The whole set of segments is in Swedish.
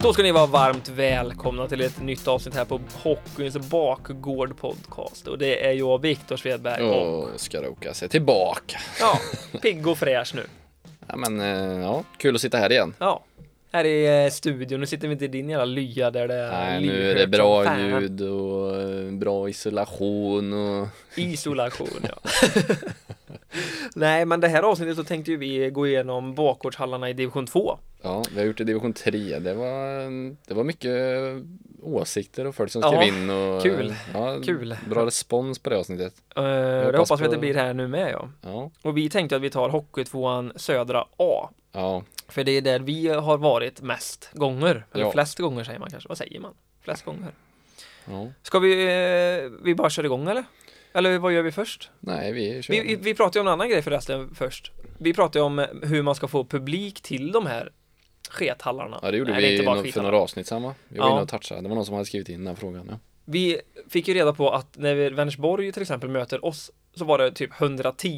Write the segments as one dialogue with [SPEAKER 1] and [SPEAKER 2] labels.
[SPEAKER 1] Då ska ni vara varmt välkomna till ett nytt avsnitt här på Hockeyns bakgård podcast. Och det är jag, Viktor Svedberg, och
[SPEAKER 2] Och ska roka sig tillbaka.
[SPEAKER 1] ja, pigg och fräsch nu.
[SPEAKER 2] Ja, men eh, ja, kul att sitta här igen.
[SPEAKER 1] Ja, här i eh, studion. Nu sitter vi inte i din jävla lya där det är
[SPEAKER 2] Nej, nu är
[SPEAKER 1] lyhört
[SPEAKER 2] det
[SPEAKER 1] som
[SPEAKER 2] bra
[SPEAKER 1] fan.
[SPEAKER 2] ljud och eh, bra isolation och
[SPEAKER 1] Isolation, ja. Nej, men det här avsnittet så tänkte ju vi gå igenom bakgårdshallarna i division 2.
[SPEAKER 2] ja, vi har gjort det i division 3. Det var, det var mycket eh, åsikter och folk som
[SPEAKER 1] Ja,
[SPEAKER 2] skrev in och eh,
[SPEAKER 1] kul.
[SPEAKER 2] ja,
[SPEAKER 1] Kul.
[SPEAKER 2] bra respons på det avsnittet.
[SPEAKER 1] Eh, det
[SPEAKER 2] hoppas
[SPEAKER 1] hoppas vi att
[SPEAKER 2] på-
[SPEAKER 1] det blir här nu med, ja.
[SPEAKER 2] Ja,
[SPEAKER 1] Och vi tänkte att vi tar Hockeytvåan Södra A.
[SPEAKER 2] ja,
[SPEAKER 1] För det är där vi har varit mest gånger. Eller
[SPEAKER 2] Ja. Mm.
[SPEAKER 1] flest gånger säger man kanske. Vad säger man? Flest gånger.
[SPEAKER 2] ja.
[SPEAKER 1] Ska vi, eh, vi bara kör igång eller? Eller vad gör vi först?
[SPEAKER 2] Nej, vi kör.
[SPEAKER 1] Vi, vi pratade ju om en annan grej förresten först. Vi pratade ju om hur man ska få publik till de här skethallarna.
[SPEAKER 2] Ja, det gjorde
[SPEAKER 1] Nej,
[SPEAKER 2] vi
[SPEAKER 1] är inte
[SPEAKER 2] i
[SPEAKER 1] bara
[SPEAKER 2] nå- för
[SPEAKER 1] skethallar.
[SPEAKER 2] några avsnitt samma. Vi var
[SPEAKER 1] Ja.
[SPEAKER 2] inne och touchade. Det var någon som hade skrivit in den frågan. Ja.
[SPEAKER 1] Vi fick ju reda på att när vi- Vänersborg till exempel möter oss så var det typ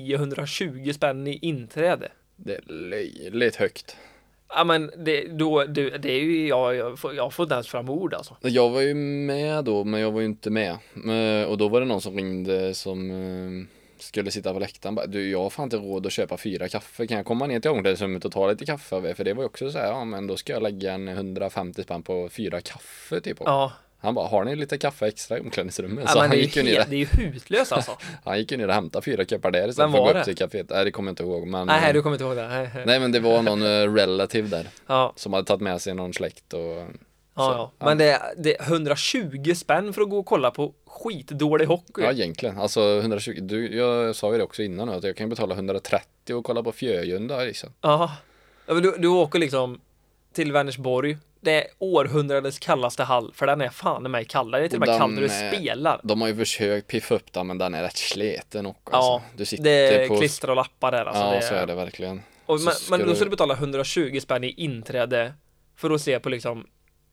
[SPEAKER 1] 110-120 spänn i inträde.
[SPEAKER 2] Det är löjligt högt.
[SPEAKER 1] Ja men det, då, det, det är ju, jag, jag, får, jag får inte ens fram ord alltså.
[SPEAKER 2] Jag var ju med då, men jag var ju inte med. Eh, Och då var det någon som ringde som eh, skulle sitta på läktaren. Bara, Du, jag har fan inte råd att köpa fyra kaffe. Kan jag komma ner till omklädningsrummet och ta lite kaffe? av er?" För det var ju också så här, ja men då ska jag lägga en 150 spänn på fyra kaffe typ.
[SPEAKER 1] Ja,
[SPEAKER 2] Han bara, har ni lite kaffe extra i omklädningsrummet?
[SPEAKER 1] ja
[SPEAKER 2] Så
[SPEAKER 1] men det
[SPEAKER 2] han
[SPEAKER 1] är, ju
[SPEAKER 2] gick, ju
[SPEAKER 1] helt-
[SPEAKER 2] ner,
[SPEAKER 1] det är ju hutlöst alltså.
[SPEAKER 2] han gick ju ner och hämtade fyra koppar där istället
[SPEAKER 1] Vem
[SPEAKER 2] för att
[SPEAKER 1] var
[SPEAKER 2] gå
[SPEAKER 1] det?
[SPEAKER 2] upp till kaféet. Nej, det kommer jag inte ihåg. Men,
[SPEAKER 1] Nej, du kommer inte ihåg det. Nej, nej.
[SPEAKER 2] Mm. nej, men det var någon eh, relative där
[SPEAKER 1] Ja,
[SPEAKER 2] som hade tagit med sig någon släkt och
[SPEAKER 1] ja, ja. Men det är, det är 120 spänn för att gå och kolla på skitdålig hockey.
[SPEAKER 2] Ja egentligen, alltså 120, du, jag sa ju det också innan nu, att jag kan ju betala 130 och kolla på Fjöjunda liksom.
[SPEAKER 1] Ja. ja men du, du åker liksom till Vänersborg. Det är århundradets kallaste hall, för den är fan i mig kallare. Det är till och med
[SPEAKER 2] Den
[SPEAKER 1] kallare du
[SPEAKER 2] är-
[SPEAKER 1] spelar.
[SPEAKER 2] De har ju försökt piffa upp den men den är rätt sleten också.
[SPEAKER 1] Ja,
[SPEAKER 2] alltså. Du sitter
[SPEAKER 1] det är
[SPEAKER 2] på...
[SPEAKER 1] klister och lappar där alltså.
[SPEAKER 2] ja,
[SPEAKER 1] det
[SPEAKER 2] så är det verkligen.
[SPEAKER 1] Och,
[SPEAKER 2] Så
[SPEAKER 1] men,
[SPEAKER 2] ska
[SPEAKER 1] men då
[SPEAKER 2] du-
[SPEAKER 1] ska du betala 120 spänn i inträde för att se på liksom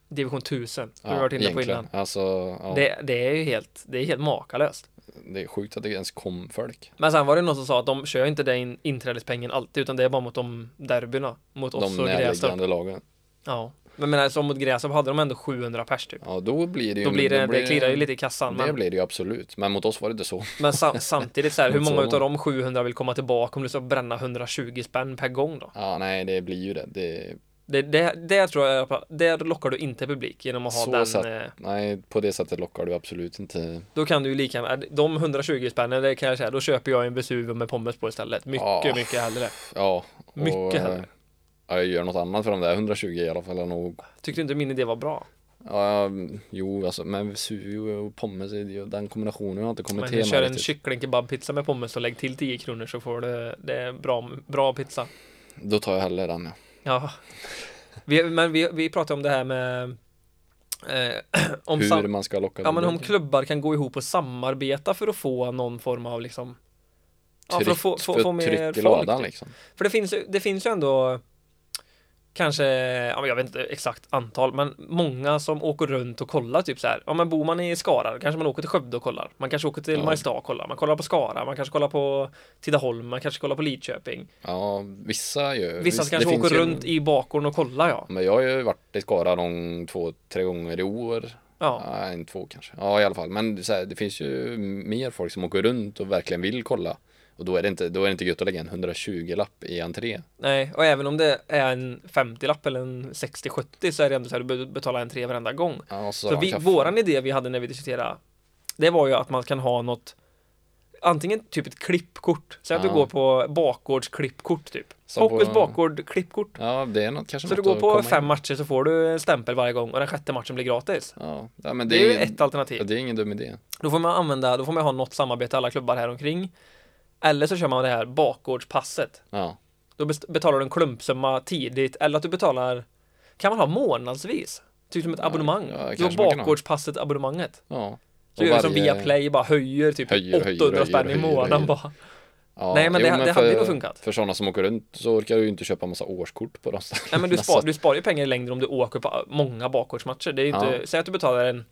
[SPEAKER 1] division 1000. som
[SPEAKER 2] Ja,
[SPEAKER 1] du har varit inne på
[SPEAKER 2] egentligen.
[SPEAKER 1] innan.
[SPEAKER 2] Alltså, ja, det...
[SPEAKER 1] Det, det är ju helt, det är helt makalöst.
[SPEAKER 2] är sjukt att det ens kom folk.
[SPEAKER 1] Men sen var det någon som sa att de kör inte den inträdespengen alltid utan det är bara mot de derbyna. Mot oss
[SPEAKER 2] De
[SPEAKER 1] och Grästorp.
[SPEAKER 2] närliggande lagen.
[SPEAKER 1] Ja. Men menar, som mot Grästorp hade de ändå 700 pers typ.
[SPEAKER 2] Ja, då blir det ju...
[SPEAKER 1] Då blir det, det klirrar ju lite i kassan.
[SPEAKER 2] Det
[SPEAKER 1] Men,
[SPEAKER 2] blir det ju absolut, men mot oss var det inte så.
[SPEAKER 1] men sam, samtidigt så här, hur
[SPEAKER 2] Mot så
[SPEAKER 1] många utav
[SPEAKER 2] många.
[SPEAKER 1] de 700 vill komma tillbaka om du ska bränna 120 spänn per gång då?
[SPEAKER 2] Ja, nej, det blir ju det. det...
[SPEAKER 1] Det, det, det tror jag, där lockar du inte publik genom att ha
[SPEAKER 2] Så
[SPEAKER 1] den.
[SPEAKER 2] satt-
[SPEAKER 1] eh,
[SPEAKER 2] Nej, på det sättet lockar du absolut inte.
[SPEAKER 1] Då kan du ju lika gärna, de 120 spännen, det kan jag säga, då köper jag en Vesuvio med pommes på istället. Mycket,
[SPEAKER 2] Ja.
[SPEAKER 1] mycket hellre.
[SPEAKER 2] Ja. och,
[SPEAKER 1] Mycket hellre.
[SPEAKER 2] eh, Ja, jag gör något annat för de där 120 i alla fall än att
[SPEAKER 1] Tyckte inte min idé var bra.
[SPEAKER 2] Ja, mm, jo alltså, men Vesuvio och pommes, det är ju- den kombinationen har inte kommit
[SPEAKER 1] Men
[SPEAKER 2] till
[SPEAKER 1] kör
[SPEAKER 2] mig
[SPEAKER 1] en
[SPEAKER 2] riktigt.
[SPEAKER 1] kycklingkebabpizza med pommes och lägg till 10 kronor så får du det är bra, bra pizza.
[SPEAKER 2] Då tar jag hellre den ja.
[SPEAKER 1] Ja. Vi, men vi, vi pratade om det här med eh, om,
[SPEAKER 2] Hur
[SPEAKER 1] sam,
[SPEAKER 2] man ska locka
[SPEAKER 1] ja, men om
[SPEAKER 2] publiken.
[SPEAKER 1] klubbar kan gå ihop och samarbeta för att få någon form av liksom ja, för
[SPEAKER 2] Tryck-
[SPEAKER 1] att få, få,
[SPEAKER 2] för
[SPEAKER 1] få mer
[SPEAKER 2] tryck i
[SPEAKER 1] folk.
[SPEAKER 2] ladan
[SPEAKER 1] typ.
[SPEAKER 2] liksom.
[SPEAKER 1] För det finns, ju- det finns ju ändå Kanske, ja, men jag vet inte exakt antal, men många som åker runt och kollar typ så här. Ja, men bor man i Skara, då kanske man åker till Skövde och kollar. Man kanske åker till
[SPEAKER 2] Ja.
[SPEAKER 1] Mariestad och kollar. Man kollar på Skara, man kanske kollar på Tidaholm, man kanske kollar på Lidköping.
[SPEAKER 2] Ja, vissa gör
[SPEAKER 1] Vissa
[SPEAKER 2] visst, det
[SPEAKER 1] kanske
[SPEAKER 2] finns
[SPEAKER 1] åker
[SPEAKER 2] ju-
[SPEAKER 1] runt i bakgården och kollar, ja.
[SPEAKER 2] Men jag har ju varit i Skara någon två, tre gånger i år.
[SPEAKER 1] Ja,
[SPEAKER 2] Ja. en två kanske. Ja, i alla fall. Men så här, det finns ju mer folk som åker runt och verkligen vill kolla. Och då är det inte, då är det inte gött att lägga en 120-lapp i entré.
[SPEAKER 1] nej, och även om det är en 50-lapp eller en 60-70 så är det ändå så här, du behöver betala en tre varenda gång.
[SPEAKER 2] Ja, och så
[SPEAKER 1] Så
[SPEAKER 2] har
[SPEAKER 1] vi,
[SPEAKER 2] man kaffe.
[SPEAKER 1] våran idé vi hade när vi diskuterade Det var ju att man kan ha något Antingen typ ett klippkort Säg att
[SPEAKER 2] Ja.
[SPEAKER 1] du går på bakgårdsklippkort typ
[SPEAKER 2] Som
[SPEAKER 1] Hockeys
[SPEAKER 2] på-
[SPEAKER 1] bakgård klippkort
[SPEAKER 2] Ja, det är något, kanske
[SPEAKER 1] Så du
[SPEAKER 2] något
[SPEAKER 1] går
[SPEAKER 2] att
[SPEAKER 1] på
[SPEAKER 2] komma
[SPEAKER 1] fem
[SPEAKER 2] in.
[SPEAKER 1] matcher så får du en stämpel varje gång och den sjätte matchen blir gratis
[SPEAKER 2] Ja, ja, men
[SPEAKER 1] Det, är ju ett alternativ
[SPEAKER 2] Ja, det är ingen dum idé.
[SPEAKER 1] Då får man använda, då får man ha något samarbete alla klubbar här omkring Eller så kör man det här bakgårdspasset
[SPEAKER 2] Ja.
[SPEAKER 1] Då best- betalar du en klumpsumma tidigt eller att du betalar Kan man ha månadsvis? Typ som ett abonnemang
[SPEAKER 2] ja,
[SPEAKER 1] Du har
[SPEAKER 2] kanske man kan ha.
[SPEAKER 1] bakgårdspasset abonnemanget
[SPEAKER 2] ja.
[SPEAKER 1] Så gör
[SPEAKER 2] Och
[SPEAKER 1] vi Typ som
[SPEAKER 2] varje-
[SPEAKER 1] via Play bara höjer typ
[SPEAKER 2] Höjer, höjer,
[SPEAKER 1] 800
[SPEAKER 2] höjer,
[SPEAKER 1] spänn i
[SPEAKER 2] höjer,
[SPEAKER 1] månaden
[SPEAKER 2] höjer.
[SPEAKER 1] bara.
[SPEAKER 2] Ja,
[SPEAKER 1] Nej, men det- det hade ju nog funkat.
[SPEAKER 2] För sådana som åker runt så orkar du ju inte köpa massa årskort på dem.
[SPEAKER 1] Nej men du,
[SPEAKER 2] Alltså,
[SPEAKER 1] spar, du sparar ju pengar i längden om du åker på många bakgårdsmatcher. Det är ju inte,
[SPEAKER 2] Ja.
[SPEAKER 1] säg att du betalar en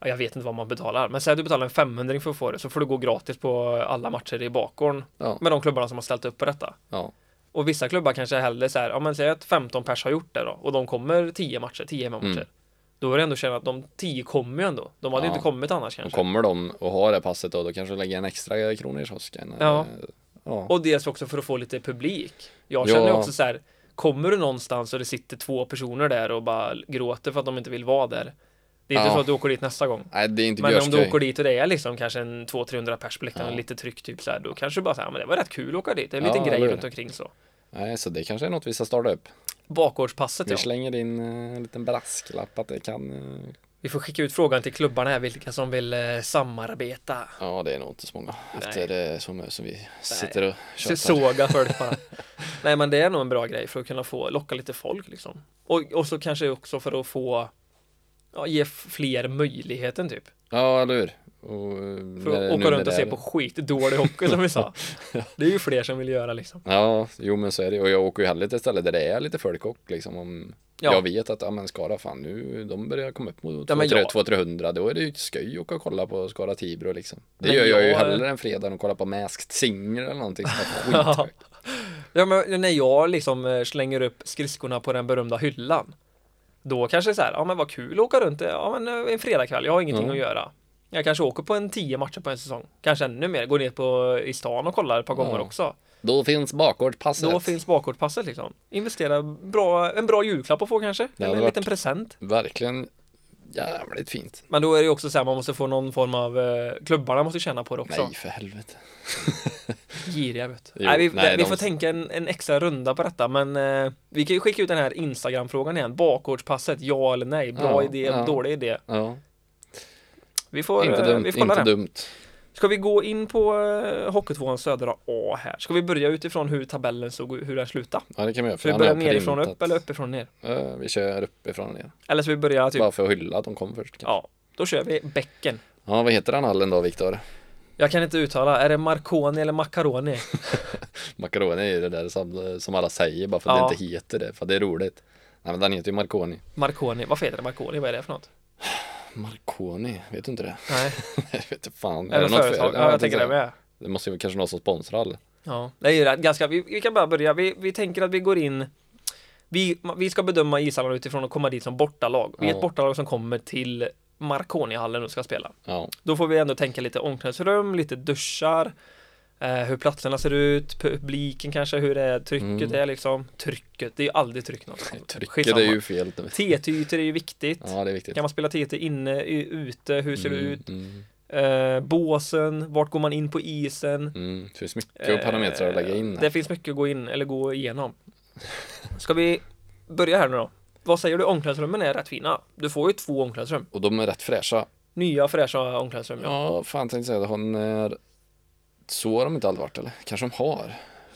[SPEAKER 1] ja, jag vet inte vad man betalar, men säg att du betalar en 500 för att få det, så får du gå gratis på alla matcher i bakgården
[SPEAKER 2] Ja,
[SPEAKER 1] med de klubbarna som har ställt upp på detta.
[SPEAKER 2] ja.
[SPEAKER 1] Och vissa klubbar kanske hellre så här, ja men säg att 15 pers har gjort det då och de kommer 10 matcher, 10 hemmamatcher.
[SPEAKER 2] Mm.
[SPEAKER 1] Då är det ändå känna att de 10 kommer ju ändå. De hade
[SPEAKER 2] Ja.
[SPEAKER 1] inte kommit annars
[SPEAKER 2] Och
[SPEAKER 1] kanske.
[SPEAKER 2] kommer de och har det passet då, då kanske de lägger en extra krona i kiosken.
[SPEAKER 1] Ja.
[SPEAKER 2] Eh, ja.
[SPEAKER 1] Och dels också för att få lite publik. Jag
[SPEAKER 2] Ja.
[SPEAKER 1] känner ju också så här, kommer du någonstans och det sitter två personer där och bara gråter för att de inte vill vara där. Det är inte
[SPEAKER 2] Ja.
[SPEAKER 1] så att du åker dit nästa gång.
[SPEAKER 2] Nej, det är inte
[SPEAKER 1] Men om du
[SPEAKER 2] görskoj.
[SPEAKER 1] åker dit och det är liksom kanske en 200-300 pers på läktaren
[SPEAKER 2] Ja.
[SPEAKER 1] och lite tryck typ så här, då kanske du bara säger, men det var rätt kul att åka dit. Det är en
[SPEAKER 2] Ja,
[SPEAKER 1] liten grej
[SPEAKER 2] eller hur?
[SPEAKER 1] runt omkring så.
[SPEAKER 2] Nej, så det kanske är något vi ska starta upp.
[SPEAKER 1] Bakgårdspasset
[SPEAKER 2] Vi
[SPEAKER 1] ja.
[SPEAKER 2] slänger in eh, en liten brasklapp att det kan... eh,
[SPEAKER 1] Vi får skicka ut frågan till klubbarna här vilka som vill eh, samarbeta.
[SPEAKER 2] Ja, det är nog inte så många efter eh, så mycket som vi sitter och
[SPEAKER 1] Så
[SPEAKER 2] tjötar.
[SPEAKER 1] såga folk bara. Nej men det är nog en bra grej för att kunna få locka lite folk liksom. Och, och så kanske också för att få ja, ge f- fler möjligheten typ.
[SPEAKER 2] Ja, eller hur? Och, eh,
[SPEAKER 1] För
[SPEAKER 2] när det-
[SPEAKER 1] att
[SPEAKER 2] nu när
[SPEAKER 1] åka runt
[SPEAKER 2] det
[SPEAKER 1] och
[SPEAKER 2] är-
[SPEAKER 1] se på skitdålig hockey som vi sa. Det är ju fler som vill göra liksom.
[SPEAKER 2] Ja, jo men så är det Och jag åker ju hellre till ett ställe där det är lite folk och liksom om
[SPEAKER 1] Ja.
[SPEAKER 2] jag vet att, ja men Skara fan nu, de börjar komma upp mot
[SPEAKER 1] Ja, men jag-
[SPEAKER 2] 200-300 då är det ju skoj att åka och kolla på Skara Tibro liksom. Det
[SPEAKER 1] Men
[SPEAKER 2] gör jag, ju
[SPEAKER 1] jag-
[SPEAKER 2] hellre en fredag och kolla på Masked Singer eller någonting sånt där skit.
[SPEAKER 1] Ja men när jag liksom eh, slänger upp skridskorna på den berömda hyllan Då kanske det är så här, ja men vad kul att åka runt, ja men eh, en fredagkväll, jag har ingenting
[SPEAKER 2] Mm.
[SPEAKER 1] att göra Jag kanske åker på en tio matcher på en säsong Kanske ännu mer, går ner på, i stan och kollar ett par gånger
[SPEAKER 2] Ja.
[SPEAKER 1] också
[SPEAKER 2] Då finns bakgårdspasset.
[SPEAKER 1] Då finns bakgårdspasset liksom Investera bra, en bra julklapp att få kanske,
[SPEAKER 2] Det
[SPEAKER 1] eller
[SPEAKER 2] hade
[SPEAKER 1] en
[SPEAKER 2] varit-
[SPEAKER 1] liten present
[SPEAKER 2] Verkligen jävligt fint.
[SPEAKER 1] Men då är det ju också så här, man måste få någon form av, eh, klubbarna måste känna på det också
[SPEAKER 2] Nej för helvete.
[SPEAKER 1] Giriga vet du.
[SPEAKER 2] Jo,
[SPEAKER 1] Nej, vi,
[SPEAKER 2] nej,
[SPEAKER 1] vi
[SPEAKER 2] de-
[SPEAKER 1] får tänka en, en extra runda på detta men eh, vi kan ju skicka ut den här Instagram-frågan igen. Bakgårdspasset, ja eller nej? Bra
[SPEAKER 2] Ja,
[SPEAKER 1] idé,
[SPEAKER 2] ja.
[SPEAKER 1] dålig idé.
[SPEAKER 2] Ja,
[SPEAKER 1] Vi får,
[SPEAKER 2] inte
[SPEAKER 1] eh,
[SPEAKER 2] dumt,
[SPEAKER 1] vi får kolla
[SPEAKER 2] inte
[SPEAKER 1] det.
[SPEAKER 2] dumt.
[SPEAKER 1] Ska vi gå in på eh, Hockeytvåan södra A här? Ska vi börja utifrån hur tabellen såg ut, hur den slutade?
[SPEAKER 2] Ja det kan vi göra.
[SPEAKER 1] Ska vi
[SPEAKER 2] han har
[SPEAKER 1] börja nerifrån och
[SPEAKER 2] printat.
[SPEAKER 1] upp eller uppifrån och ner?
[SPEAKER 2] Ja, vi kör uppifrån och ner.
[SPEAKER 1] Eller ska vi börja typ,
[SPEAKER 2] Bara för att hylla att de kom först. Ja.
[SPEAKER 1] ja, då kör vi bäcken.
[SPEAKER 2] ja vad heter den hallen då Viktor?
[SPEAKER 1] Jag kan inte uttala, är det Marconi eller Macaroni?
[SPEAKER 2] Macaroni är ju det där som, som alla säger bara för att
[SPEAKER 1] Ja.
[SPEAKER 2] det inte heter det, för att det är roligt. Nej men den heter ju Marconi.
[SPEAKER 1] Marconi, varför heter det Marconi? Vad är det för något?
[SPEAKER 2] Marconi, vet du inte det?
[SPEAKER 1] Nej,
[SPEAKER 2] Jag vet inte fan.
[SPEAKER 1] är det
[SPEAKER 2] något
[SPEAKER 1] företag?
[SPEAKER 2] fel?
[SPEAKER 1] Ja, jag
[SPEAKER 2] tänkte
[SPEAKER 1] tänker det
[SPEAKER 2] säga.
[SPEAKER 1] med.
[SPEAKER 2] Det måste ju kanske någon som sponsrar eller?
[SPEAKER 1] Ja, det är ju rätt. Ganska, vi, vi kan bara börja. Vi, vi tänker att vi går in. Vi, vi ska bedöma ishallarna utifrån att komma dit som bortalag. Vi är
[SPEAKER 2] Ja.
[SPEAKER 1] ett bortalag som kommer till Marconihallen och ska spela.
[SPEAKER 2] Ja,
[SPEAKER 1] Då får vi ändå tänka lite omklädningsrum, lite duschar, eh, hur platserna ser ut, publiken kanske, hur det är, trycket
[SPEAKER 2] Mm.
[SPEAKER 1] är liksom. Trycket, det är ju aldrig tryck någonstans.
[SPEAKER 2] trycket
[SPEAKER 1] Skitsamma.
[SPEAKER 2] är ju fel. nu.
[SPEAKER 1] TT-ytor är ju viktigt.
[SPEAKER 2] Ja det är viktigt.
[SPEAKER 1] Kan man spela TT inne, i- ute, hur ser det
[SPEAKER 2] Mm,
[SPEAKER 1] ut?
[SPEAKER 2] Mm,
[SPEAKER 1] Eh, båsen, vart går man in på isen?
[SPEAKER 2] mm. Det finns mycket parametrar att lägga in.
[SPEAKER 1] Eh,
[SPEAKER 2] här.
[SPEAKER 1] Det finns mycket att gå in eller gå igenom. Ska vi börja här nu då? Vad säger du? Omklädningsrummen är rätt fina. Du får ju två omklädningsrum.
[SPEAKER 2] Och de är rätt fräscha.
[SPEAKER 1] Nya fräscha omklädningsrum. Ja.
[SPEAKER 2] Ja, fan tänkte säga det. Hon är... Så har de inte alltid varit eller? Kanske de har?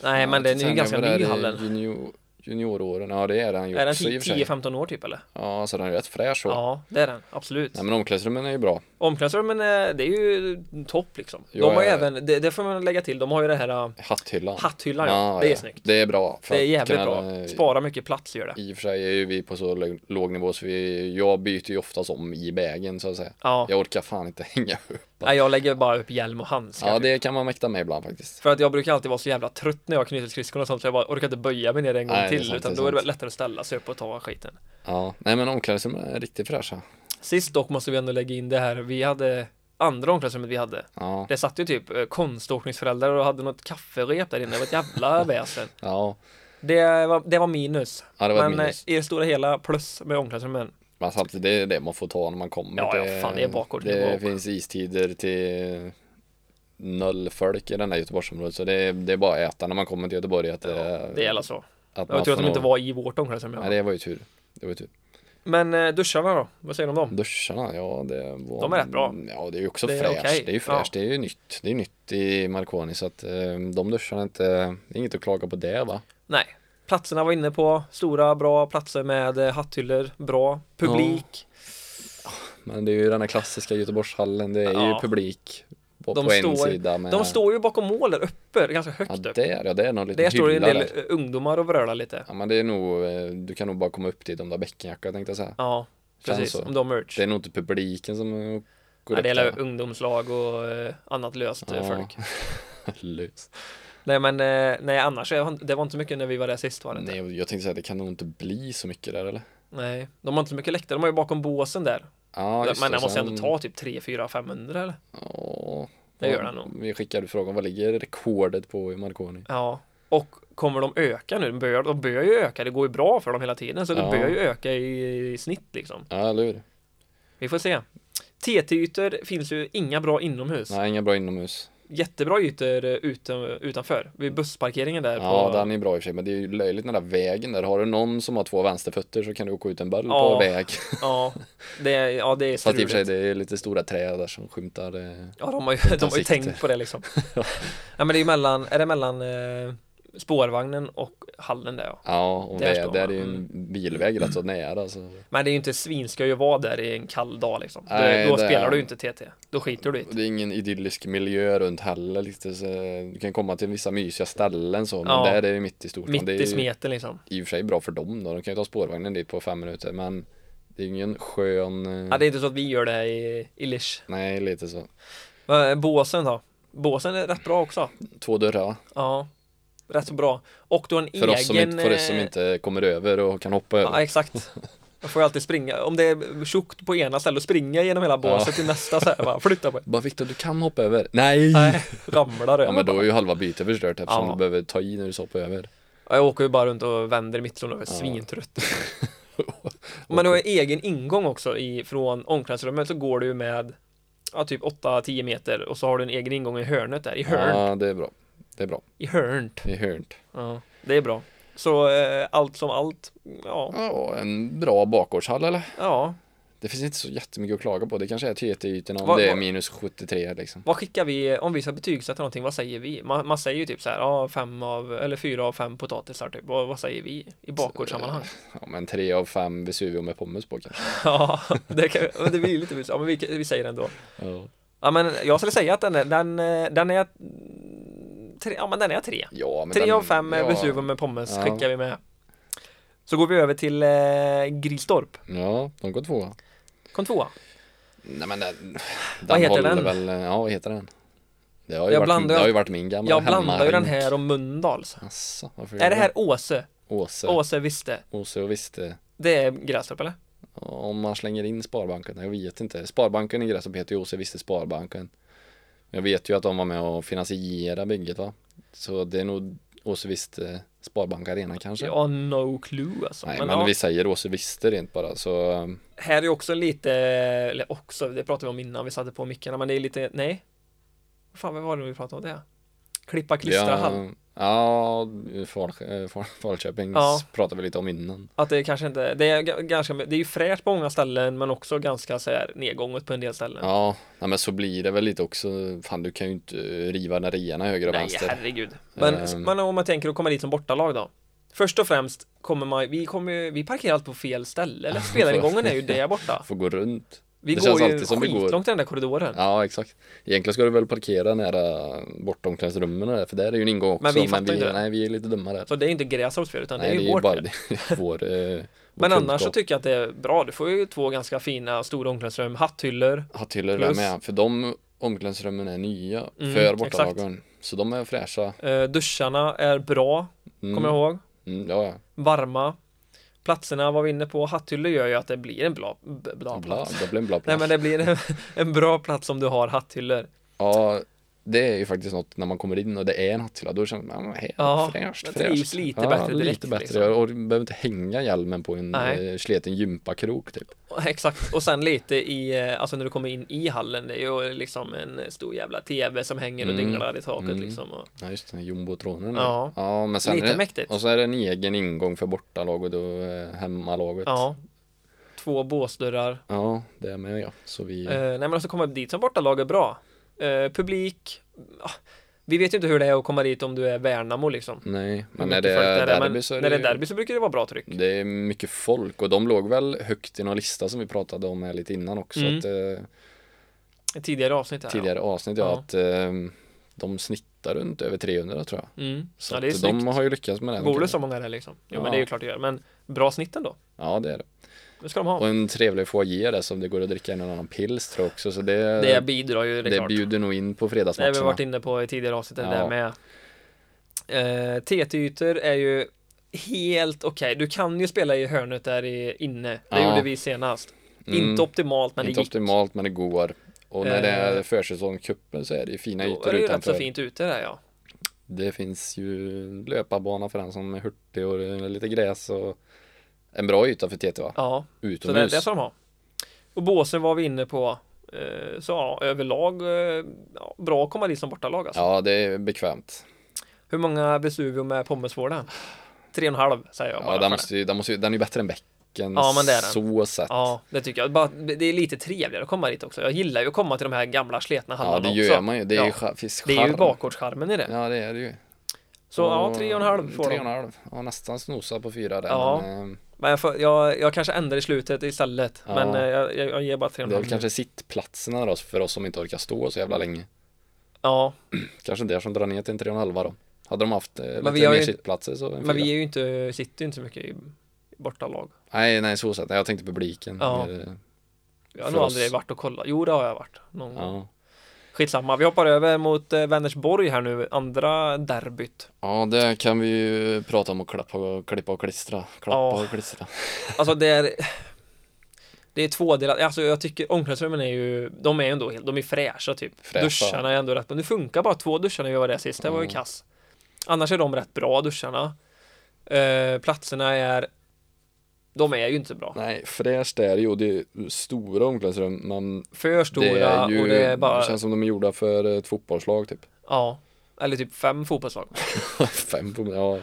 [SPEAKER 1] Nej,
[SPEAKER 2] Ja,
[SPEAKER 1] men den är ju
[SPEAKER 2] sen
[SPEAKER 1] ganska
[SPEAKER 2] väl
[SPEAKER 1] ny
[SPEAKER 2] där i
[SPEAKER 1] hallen.
[SPEAKER 2] Junior, junioråren, ja det är den ju
[SPEAKER 1] Är den
[SPEAKER 2] också i och för sig.
[SPEAKER 1] 10-15 år typ eller?
[SPEAKER 2] Ja, så den är rätt fräsch så.
[SPEAKER 1] Ja, det är den. Absolut.
[SPEAKER 2] Nej men omklädningsrummen är ju bra.
[SPEAKER 1] Omklädningsrummen, är, det är ju topp liksom.
[SPEAKER 2] Ja,
[SPEAKER 1] De har
[SPEAKER 2] ja, ja.
[SPEAKER 1] även, det, det får man lägga till, de har ju det här äh,
[SPEAKER 2] Hatthyllan.
[SPEAKER 1] hatthyllan. Ja, det är snyggt.
[SPEAKER 2] Det är bra. för
[SPEAKER 1] Det är
[SPEAKER 2] att
[SPEAKER 1] jävligt
[SPEAKER 2] kunna-
[SPEAKER 1] bra. Spara mycket plats gör det.
[SPEAKER 2] eh, I och för sig är ju vi på så låg- låg nivå så vi, jag byter ju oftast om i bägen så att säga.
[SPEAKER 1] Ja.
[SPEAKER 2] Jag orkar fan inte hänga upp.
[SPEAKER 1] Nej, jag lägger bara upp hjälm och handskar.
[SPEAKER 2] Ja
[SPEAKER 1] typ.
[SPEAKER 2] det kan man mäkta med ibland faktiskt.
[SPEAKER 1] För att jag brukar alltid vara så jävla trött när jag knyter skridskorna och sånt så jag bara orkar inte böja mig ner en gång
[SPEAKER 2] Nej, det är
[SPEAKER 1] till
[SPEAKER 2] sant,
[SPEAKER 1] utan
[SPEAKER 2] det
[SPEAKER 1] då
[SPEAKER 2] är
[SPEAKER 1] är det
[SPEAKER 2] sant.
[SPEAKER 1] väl lättare att ställa sig upp och ta skiten.
[SPEAKER 2] Ja, nej men omklädningsrummen är riktigt fräscha.
[SPEAKER 1] Sist dock måste vi ändå lägga in det här, vi hade andra omklädningsrummet vi hade.
[SPEAKER 2] Ja,
[SPEAKER 1] Det satt ju typ eh, konståkningsföräldrar och hade något kafferep där inne, det var ett jävla väsen.
[SPEAKER 2] ja.
[SPEAKER 1] Det var, det var minus.
[SPEAKER 2] Ja, det var ett
[SPEAKER 1] Men
[SPEAKER 2] minus.
[SPEAKER 1] eh, i det stora hela plus med omklädningsrummen.
[SPEAKER 2] Men samtidigt det är det man får ta när man kommer.
[SPEAKER 1] Ja, ja, fan, det är bakåt
[SPEAKER 2] Det
[SPEAKER 1] nivå.
[SPEAKER 2] finns istider till noll folk i den här Göteborgsområdet. Så det är, det är bara att äta när man kommer till Göteborg. Att, det,
[SPEAKER 1] Det är alla så.
[SPEAKER 2] att
[SPEAKER 1] Jag
[SPEAKER 2] man
[SPEAKER 1] tror att
[SPEAKER 2] får
[SPEAKER 1] de inte
[SPEAKER 2] nog-
[SPEAKER 1] var i vårt omklädningsrum.
[SPEAKER 2] Nej,
[SPEAKER 1] ja.
[SPEAKER 2] det var ju tur. Det var ju tur.
[SPEAKER 1] Men eh, duscharna då? Vad säger du om dem?
[SPEAKER 2] Duscharna, ja det var...
[SPEAKER 1] De är rätt bra.
[SPEAKER 2] Ja, det är ju också
[SPEAKER 1] Det är
[SPEAKER 2] fräscht.
[SPEAKER 1] okej.
[SPEAKER 2] Det är ju
[SPEAKER 1] Ja.
[SPEAKER 2] fräscht. Det är ju nytt. Det är nytt i Marconi så att eh, de duscharna är inte... Det är inget att klaga på det va?
[SPEAKER 1] Nej. Platserna var inne på, stora bra platser med eh, hatthyllor, bra publik.
[SPEAKER 2] Men det är ju den här klassiska Göteborgshallen. Det är
[SPEAKER 1] Ja.
[SPEAKER 2] ju publik på,
[SPEAKER 1] De
[SPEAKER 2] på en
[SPEAKER 1] står-
[SPEAKER 2] sida med...
[SPEAKER 1] De står ju bakom mål där uppe, ganska högt
[SPEAKER 2] Ja,
[SPEAKER 1] upp.
[SPEAKER 2] där ja. Det är någon liten
[SPEAKER 1] Där står det en
[SPEAKER 2] hylla
[SPEAKER 1] del
[SPEAKER 2] där.
[SPEAKER 1] eh, ungdomar och brölar lite.
[SPEAKER 2] Ja men det är nog, eh, du kan nog bara komma upp dit om du har bäckenjacka tänkte jag säga.
[SPEAKER 1] Ja,
[SPEAKER 2] Känns
[SPEAKER 1] precis.
[SPEAKER 2] så.
[SPEAKER 1] Om de har merch.
[SPEAKER 2] Det är nog inte publiken som eh, går
[SPEAKER 1] Nej, det
[SPEAKER 2] upp
[SPEAKER 1] är ungdomslag och eh, annat löst eh,
[SPEAKER 2] Ja.
[SPEAKER 1] folk.
[SPEAKER 2] Lös.
[SPEAKER 1] Nej men, eh, nej annars, jag har inte- det var inte mycket när vi var där sist var det inte?
[SPEAKER 2] Nej, och jag tänkte säga det kan nog inte bli så mycket där eller?
[SPEAKER 1] Nej, de har inte så mycket läktare, de har ju bakom båsen där.
[SPEAKER 2] Ja, just
[SPEAKER 1] men
[SPEAKER 2] det,
[SPEAKER 1] den måste
[SPEAKER 2] sen-
[SPEAKER 1] ändå ta typ 3, 4, 500 eller?
[SPEAKER 2] Ja.
[SPEAKER 1] Det gör
[SPEAKER 2] Ja,
[SPEAKER 1] den nog.
[SPEAKER 2] Vi skickade frågan, vad ligger rekordet på i Marconi?
[SPEAKER 1] Ja. Och kommer de öka nu? De bör, de bör ju öka, det går ju bra för dem hela tiden så
[SPEAKER 2] Ja.
[SPEAKER 1] de bör ju öka i, i snitt liksom.
[SPEAKER 2] Ja, eller hur?
[SPEAKER 1] Vi får se. TT-ytor finns ju inga bra inomhus.
[SPEAKER 2] Nej, inga bra inomhus.
[SPEAKER 1] Jättebra ytor eh, utan, utanför, vid bussparkeringen där.
[SPEAKER 2] Ja,
[SPEAKER 1] på,
[SPEAKER 2] den är bra i och för sig, men det är ju löjligt den där vägen där. Har du någon som har två vänsterfötter så kan du åka ut en böll
[SPEAKER 1] Ja.
[SPEAKER 2] på väg.
[SPEAKER 1] ja, det, är- ja, det är
[SPEAKER 2] Fast i och för sig,
[SPEAKER 1] struligt.
[SPEAKER 2] det är lite stora träd där som skymtar. eh,
[SPEAKER 1] Ja, de har ju, de har ju
[SPEAKER 2] sikte.
[SPEAKER 1] tänkt på det liksom. ja, men det är ju mellan, är det mellan eh, spårvagnen och hallen där ja.
[SPEAKER 2] Ja, och
[SPEAKER 1] Där
[SPEAKER 2] där,
[SPEAKER 1] står
[SPEAKER 2] där är
[SPEAKER 1] man. Mm.
[SPEAKER 2] ju en bilväg rätt så nära. alltså. Så.
[SPEAKER 1] Men det är ju inte svinska att vara där i en kall dag liksom. Då-
[SPEAKER 2] Nej,
[SPEAKER 1] då
[SPEAKER 2] det är-
[SPEAKER 1] spelar du ju inte TT. Då skiter du i
[SPEAKER 2] Och
[SPEAKER 1] det.
[SPEAKER 2] Det är ingen idyllisk miljö runt heller. Lite så, du kan komma till vissa mysiga ställen så, men
[SPEAKER 1] Ja.
[SPEAKER 2] där är det ju mitt i Storstan.
[SPEAKER 1] Mitt
[SPEAKER 2] det är
[SPEAKER 1] i
[SPEAKER 2] ju-
[SPEAKER 1] smeten liksom.
[SPEAKER 2] i och för sig bra för dem då. De kan ju ta spårvagnen dit på fem minuter men det är ingen skön... eh,
[SPEAKER 1] Ja, det är inte så att vi gör det här i, i Lish.
[SPEAKER 2] Nej, lite så.
[SPEAKER 1] Men, eh, Båsen då? Båsen är rätt bra också.
[SPEAKER 2] Två dörrar va?
[SPEAKER 1] Ja. Rätt så bra. Och du har en
[SPEAKER 2] För,
[SPEAKER 1] egen...
[SPEAKER 2] oss, som inte, för oss som
[SPEAKER 1] eh,
[SPEAKER 2] inte kommer över och kan hoppa över.
[SPEAKER 1] Ja, exakt. Jag får ju alltid springa. Om det är tjockt på ena stället, springa genom hela båset till nästa så här, bara flytta på er.
[SPEAKER 2] Bara Viktor, du kan hoppa över. Nej!
[SPEAKER 1] Nej, ramlar du.
[SPEAKER 2] Ja men då är ju halva bytet förstört eftersom
[SPEAKER 1] Ja.
[SPEAKER 2] du behöver ta i när du ska hoppa över.
[SPEAKER 1] Ja, Jag åker ju bara runt och vänder i mitt rum och är svintrött. Men du har ju egen ingång också i, från omklädningsrummet så går du ju med ja, typ 8-10 meter och så har du en egen ingång i hörnet där, i hörn,
[SPEAKER 2] Ja, det är bra. Det är bra.
[SPEAKER 1] i hörnt.
[SPEAKER 2] Det är hörnt.
[SPEAKER 1] Ja, det är bra. Så eh, allt som allt, ja,
[SPEAKER 2] Ja, en bra bakgårdshall eller?
[SPEAKER 1] ja.
[SPEAKER 2] Det finns inte så jättemycket att klaga på. Det kanske är TT-ytorna om
[SPEAKER 1] Vad-
[SPEAKER 2] det är
[SPEAKER 1] vad-
[SPEAKER 2] minus 73 liksom.
[SPEAKER 1] Vad skickar vi, om vi ska betygsätta någonting, vad säger vi? Man, man säger ju typ så här, ja, fem av, eller fyra av fem potatisar typ. Vad, vad säger vi i bakgårdssammanhang?
[SPEAKER 2] Ja men tre av fem Vesuvio med pommes på kanske.
[SPEAKER 1] ja, det, kan, men det blir lite, ja, men vi, vi säger ändå.
[SPEAKER 2] Ja.
[SPEAKER 1] Ja men jag skulle säga att den är, den, eh, den är tre, ja men den är tre.
[SPEAKER 2] Ja, men
[SPEAKER 1] Tre
[SPEAKER 2] den-
[SPEAKER 1] av fem eh, ja.
[SPEAKER 2] ja.
[SPEAKER 1] Vesuvio med pommes
[SPEAKER 2] Ja.
[SPEAKER 1] skickar vi med. Så går vi över till eh, Gristorp,
[SPEAKER 2] Ja, de går tvåa.
[SPEAKER 1] kom tvåa.
[SPEAKER 2] Nej men den, den
[SPEAKER 1] Vad heter
[SPEAKER 2] håller
[SPEAKER 1] den?
[SPEAKER 2] Väl, eh, ja, vad heter den? Det har ju,
[SPEAKER 1] Jag
[SPEAKER 2] varit,
[SPEAKER 1] blandar-
[SPEAKER 2] det har ju varit min gamla
[SPEAKER 1] Jag blandar ju
[SPEAKER 2] hemmahang.
[SPEAKER 1] den här och Mölndals.
[SPEAKER 2] Asså, varför gör
[SPEAKER 1] Är det
[SPEAKER 2] du
[SPEAKER 1] här Åse?
[SPEAKER 2] Åse.
[SPEAKER 1] Åse visste.
[SPEAKER 2] Åse och visste.
[SPEAKER 1] Det är Grästorp eller?
[SPEAKER 2] Om man slänger in Sparbanken, jag vet inte. Sparbanken i Grästorp heter ju Åse visste Sparbanken. Jag vet ju att de var med och finansierade bygget va? Så det är nog Åse visste Sparbank Arena kanske?
[SPEAKER 1] Ja, no clue alltså.
[SPEAKER 2] Nej
[SPEAKER 1] men
[SPEAKER 2] men,
[SPEAKER 1] ja,
[SPEAKER 2] vi säger Åse visste rent bara så um,
[SPEAKER 1] här är också lite, eller också, det pratade vi om innan vi satte på mickarna, men det är lite, nej. Fan, vad var det vi pratade om det? Klippa, klistra, hall.
[SPEAKER 2] Ja, ja Fal- eh, Fal- Falköping
[SPEAKER 1] Ja.
[SPEAKER 2] pratade vi lite om innan.
[SPEAKER 1] Att det kanske inte, det är g- ganska, det är ju fräscht på många ställen men också ganska så här nedgånget på en del ställen.
[SPEAKER 2] Ja, nej, men så blir det väl lite också. Fan, du kan ju inte eh, riva den rena höger och
[SPEAKER 1] Nej,
[SPEAKER 2] vänster.
[SPEAKER 1] herregud. Men,
[SPEAKER 2] Ehm.
[SPEAKER 1] men om man tänker att komma dit som bortalag då? Först och främst kommer man, vi kommer ju- vi parkerar allt på fel ställe, eller spelaringången är ju där borta.
[SPEAKER 2] Får gå runt.
[SPEAKER 1] Vi
[SPEAKER 2] Det
[SPEAKER 1] går
[SPEAKER 2] känns
[SPEAKER 1] ju
[SPEAKER 2] alltid som vi går.
[SPEAKER 1] skitlångt i den där korridoren.
[SPEAKER 2] Ja, exakt. Egentligen ska du väl parkera nära bortomklädningsrummen och där, för där är ju en ingång också.
[SPEAKER 1] Men vi fattar inte det.
[SPEAKER 2] Nej, vi är lite dumma där.
[SPEAKER 1] Så Alltså, det är inte Grästorps fel utan
[SPEAKER 2] nej,
[SPEAKER 1] det är ju vårt
[SPEAKER 2] bara
[SPEAKER 1] fel.
[SPEAKER 2] vår, eh, vår
[SPEAKER 1] Men annars så
[SPEAKER 2] kunskap.
[SPEAKER 1] tycker jag att det är bra, du får ju två ganska fina stora omklädningsrum, hatthyllor.
[SPEAKER 2] Ja, till och
[SPEAKER 1] Plus-
[SPEAKER 2] med, med, för de omklädningsrummen är nya
[SPEAKER 1] Mm,
[SPEAKER 2] för
[SPEAKER 1] exakt.
[SPEAKER 2] bortalagen. Så de är fräscha.
[SPEAKER 1] Eh, duscharna är bra,
[SPEAKER 2] Mm.
[SPEAKER 1] kommer jag ihåg.
[SPEAKER 2] Mm, ja, ja.
[SPEAKER 1] Varma. Platserna var vi inne på. Hatthyllor gör ju att det blir en bra, b- bra
[SPEAKER 2] Bla,
[SPEAKER 1] plats.
[SPEAKER 2] det blev en bla, bla.
[SPEAKER 1] Nej men det blir en, en bra plats om du har hatthyllor.
[SPEAKER 2] Ja, det är ju faktiskt något när man kommer in och det är en hatthylla, då känner man, ja, här,
[SPEAKER 1] Ja,
[SPEAKER 2] fräscht,
[SPEAKER 1] man
[SPEAKER 2] fräscht.
[SPEAKER 1] trivs lite bättre direkt,
[SPEAKER 2] lite bättre.
[SPEAKER 1] liksom.
[SPEAKER 2] Och du behöver inte hänga hjälmen på en
[SPEAKER 1] Nej.
[SPEAKER 2] eh, sleten gympakrok typ.
[SPEAKER 1] Exakt. Och sen lite i, eh, alltså när du kommer in i hallen, det är ju liksom en stor jävla TV som hänger och
[SPEAKER 2] Mm.
[SPEAKER 1] dinglar i taket
[SPEAKER 2] Mm.
[SPEAKER 1] liksom. Och,
[SPEAKER 2] Ja, just den här jumbotronen.
[SPEAKER 1] Ja.
[SPEAKER 2] ja, men sen
[SPEAKER 1] Lite
[SPEAKER 2] är det,
[SPEAKER 1] mäktigt.
[SPEAKER 2] Och så är det en egen ingång för bortalaget och eh, hemmalaget.
[SPEAKER 1] ja. Två båsdörrar.
[SPEAKER 2] ja, det är med ja. Så vi,
[SPEAKER 1] Eh, nej men alltså komma dit som bortalag är bra. Eh, publik, ah, vi vet ju inte hur det är att komma dit om du är Värnamo liksom.
[SPEAKER 2] nej,
[SPEAKER 1] Hur
[SPEAKER 2] men när
[SPEAKER 1] mycket
[SPEAKER 2] det
[SPEAKER 1] folk där,
[SPEAKER 2] är
[SPEAKER 1] men
[SPEAKER 2] derby så är
[SPEAKER 1] När det
[SPEAKER 2] det Mm.
[SPEAKER 1] är derby så brukar det vara bra tryck.
[SPEAKER 2] ju- det är mycket folk och de låg väl högt i någon lista som vi pratade om här lite innan också.
[SPEAKER 1] Mm.
[SPEAKER 2] Att, eh,
[SPEAKER 1] Ett Tidigare avsnitt här.
[SPEAKER 2] tidigare avsnitt, ja,
[SPEAKER 1] Ja.
[SPEAKER 2] att eh, de snittar runt över 300 tror jag.
[SPEAKER 1] Ja. Mm.
[SPEAKER 2] Så
[SPEAKER 1] ja det är
[SPEAKER 2] att
[SPEAKER 1] snyggt.
[SPEAKER 2] de har ju lyckats med den.
[SPEAKER 1] Går det så många där liksom? Jo men
[SPEAKER 2] Ja.
[SPEAKER 1] det är ju klart det gör. Men bra snitt ändå.
[SPEAKER 2] Ja, det är det.
[SPEAKER 1] Det ska de ha.
[SPEAKER 2] Och en trevlig foajé där som det går att dricka en och annan pils tror jag också. Så det,
[SPEAKER 1] Det bidrar ju, det, är
[SPEAKER 2] eh, det
[SPEAKER 1] klart.
[SPEAKER 2] bjuder nog in på
[SPEAKER 1] Det har vi
[SPEAKER 2] fredagsmatcherna.
[SPEAKER 1] varit inne på i tidigare avsnitt, det
[SPEAKER 2] Ja.
[SPEAKER 1] där med Eh, TT-ytor är ju helt okej. Du kan ju spela i hörnet där i, inne. Det
[SPEAKER 2] Ja.
[SPEAKER 1] gjorde vi senast.
[SPEAKER 2] Mm.
[SPEAKER 1] Inte optimalt, men
[SPEAKER 2] Inte
[SPEAKER 1] det gick.
[SPEAKER 2] optimalt men det går. Och när det är
[SPEAKER 1] Eh.
[SPEAKER 2] försäsongscupen så är det ju fina
[SPEAKER 1] Då är
[SPEAKER 2] ytor
[SPEAKER 1] det ju rätt så
[SPEAKER 2] utanför.
[SPEAKER 1] fint ute där ja.
[SPEAKER 2] Det finns ju löparbana för den som är hurtig och det är lite gräs och en bra yta för TT va?
[SPEAKER 1] Ja, så det,
[SPEAKER 2] Utomhus.
[SPEAKER 1] det ska de ha. Och båsen var vi inne på. Eh, Så ja, överlag eh, ja, bra att komma dit som bortalag alltså.
[SPEAKER 2] Ja, det är bekvämt.
[SPEAKER 1] Hur många Vesuvio med pommes får den? Tre och en halv säger jag bara.
[SPEAKER 2] Ja,
[SPEAKER 1] för
[SPEAKER 2] den, måste ju, den, måste ju, den är ju bättre än bäcken.
[SPEAKER 1] Ja, men det är den.
[SPEAKER 2] Så sett. Ja,
[SPEAKER 1] Ja, det tycker jag. Bara, det är lite trevligare att komma dit också. Jag gillar ju att komma till de här gamla sletna hallarna
[SPEAKER 2] det
[SPEAKER 1] också.
[SPEAKER 2] gör man ju. Det är ju,
[SPEAKER 1] Ja.
[SPEAKER 2] ja. finns
[SPEAKER 1] Det är ju
[SPEAKER 2] charm.
[SPEAKER 1] bakgårdscharmen i det.
[SPEAKER 2] Ja, det är det ju.
[SPEAKER 1] Så ja, tre och en halv får
[SPEAKER 2] Tre och en
[SPEAKER 1] de.
[SPEAKER 2] halv. Ja, nästan snosa på fyra där.
[SPEAKER 1] Ja.
[SPEAKER 2] Men, eh,
[SPEAKER 1] Men jag, får, jag, jag kanske ändrar i slutet istället.
[SPEAKER 2] Ja.
[SPEAKER 1] Men eh, jag, jag, jag ger bara tre och
[SPEAKER 2] det
[SPEAKER 1] en
[SPEAKER 2] är väl
[SPEAKER 1] halv.
[SPEAKER 2] kanske sittplatserna då, för oss som inte orkar stå så jävla länge.
[SPEAKER 1] Ja,
[SPEAKER 2] Kanske det som drar ner till en tre och en halva då. Hade de haft eh, lite
[SPEAKER 1] vi har
[SPEAKER 2] mer
[SPEAKER 1] ju-
[SPEAKER 2] sittplatser så en
[SPEAKER 1] men vi
[SPEAKER 2] fyra.
[SPEAKER 1] är ju inte, sitter ju inte så mycket i bortalag.
[SPEAKER 2] Nej, nej, så sett. Nej, Jag tänkte publiken.
[SPEAKER 1] Ja.
[SPEAKER 2] Eh,
[SPEAKER 1] Jag har
[SPEAKER 2] För
[SPEAKER 1] nog
[SPEAKER 2] oss.
[SPEAKER 1] aldrig varit och kollat. Jo, det har jag varit. Någon gång.
[SPEAKER 2] ja.
[SPEAKER 1] Skitsamma, vi hoppar över mot eh, Vänersborg här nu, andra derbyt.
[SPEAKER 2] Ja, det kan vi ju prata om och klappa och klippa och klistra. Klappa
[SPEAKER 1] Ja.
[SPEAKER 2] och klistra.
[SPEAKER 1] Alltså det är Det är tvådelat, alltså jag tycker omklädningsrummen är ju De är ju ändå helt, de är fräscha typ
[SPEAKER 2] Fräscha. Mm.
[SPEAKER 1] Duscharna är ändå rätt bra, nu funkar bara två duschar när vi var där sist, det var ju
[SPEAKER 2] Ja.
[SPEAKER 1] kass Annars är de rätt bra duscharna Eh, Platserna är De är ju inte så bra
[SPEAKER 2] Nej, fräscht är det ju och det är stora omklädningsrum men
[SPEAKER 1] För
[SPEAKER 2] det
[SPEAKER 1] stora
[SPEAKER 2] är ju,
[SPEAKER 1] och det är bara,
[SPEAKER 2] känns som de är gjorda för ett fotbollslag typ.
[SPEAKER 1] ja Eller typ fem fotbollslag
[SPEAKER 2] Fem på ja,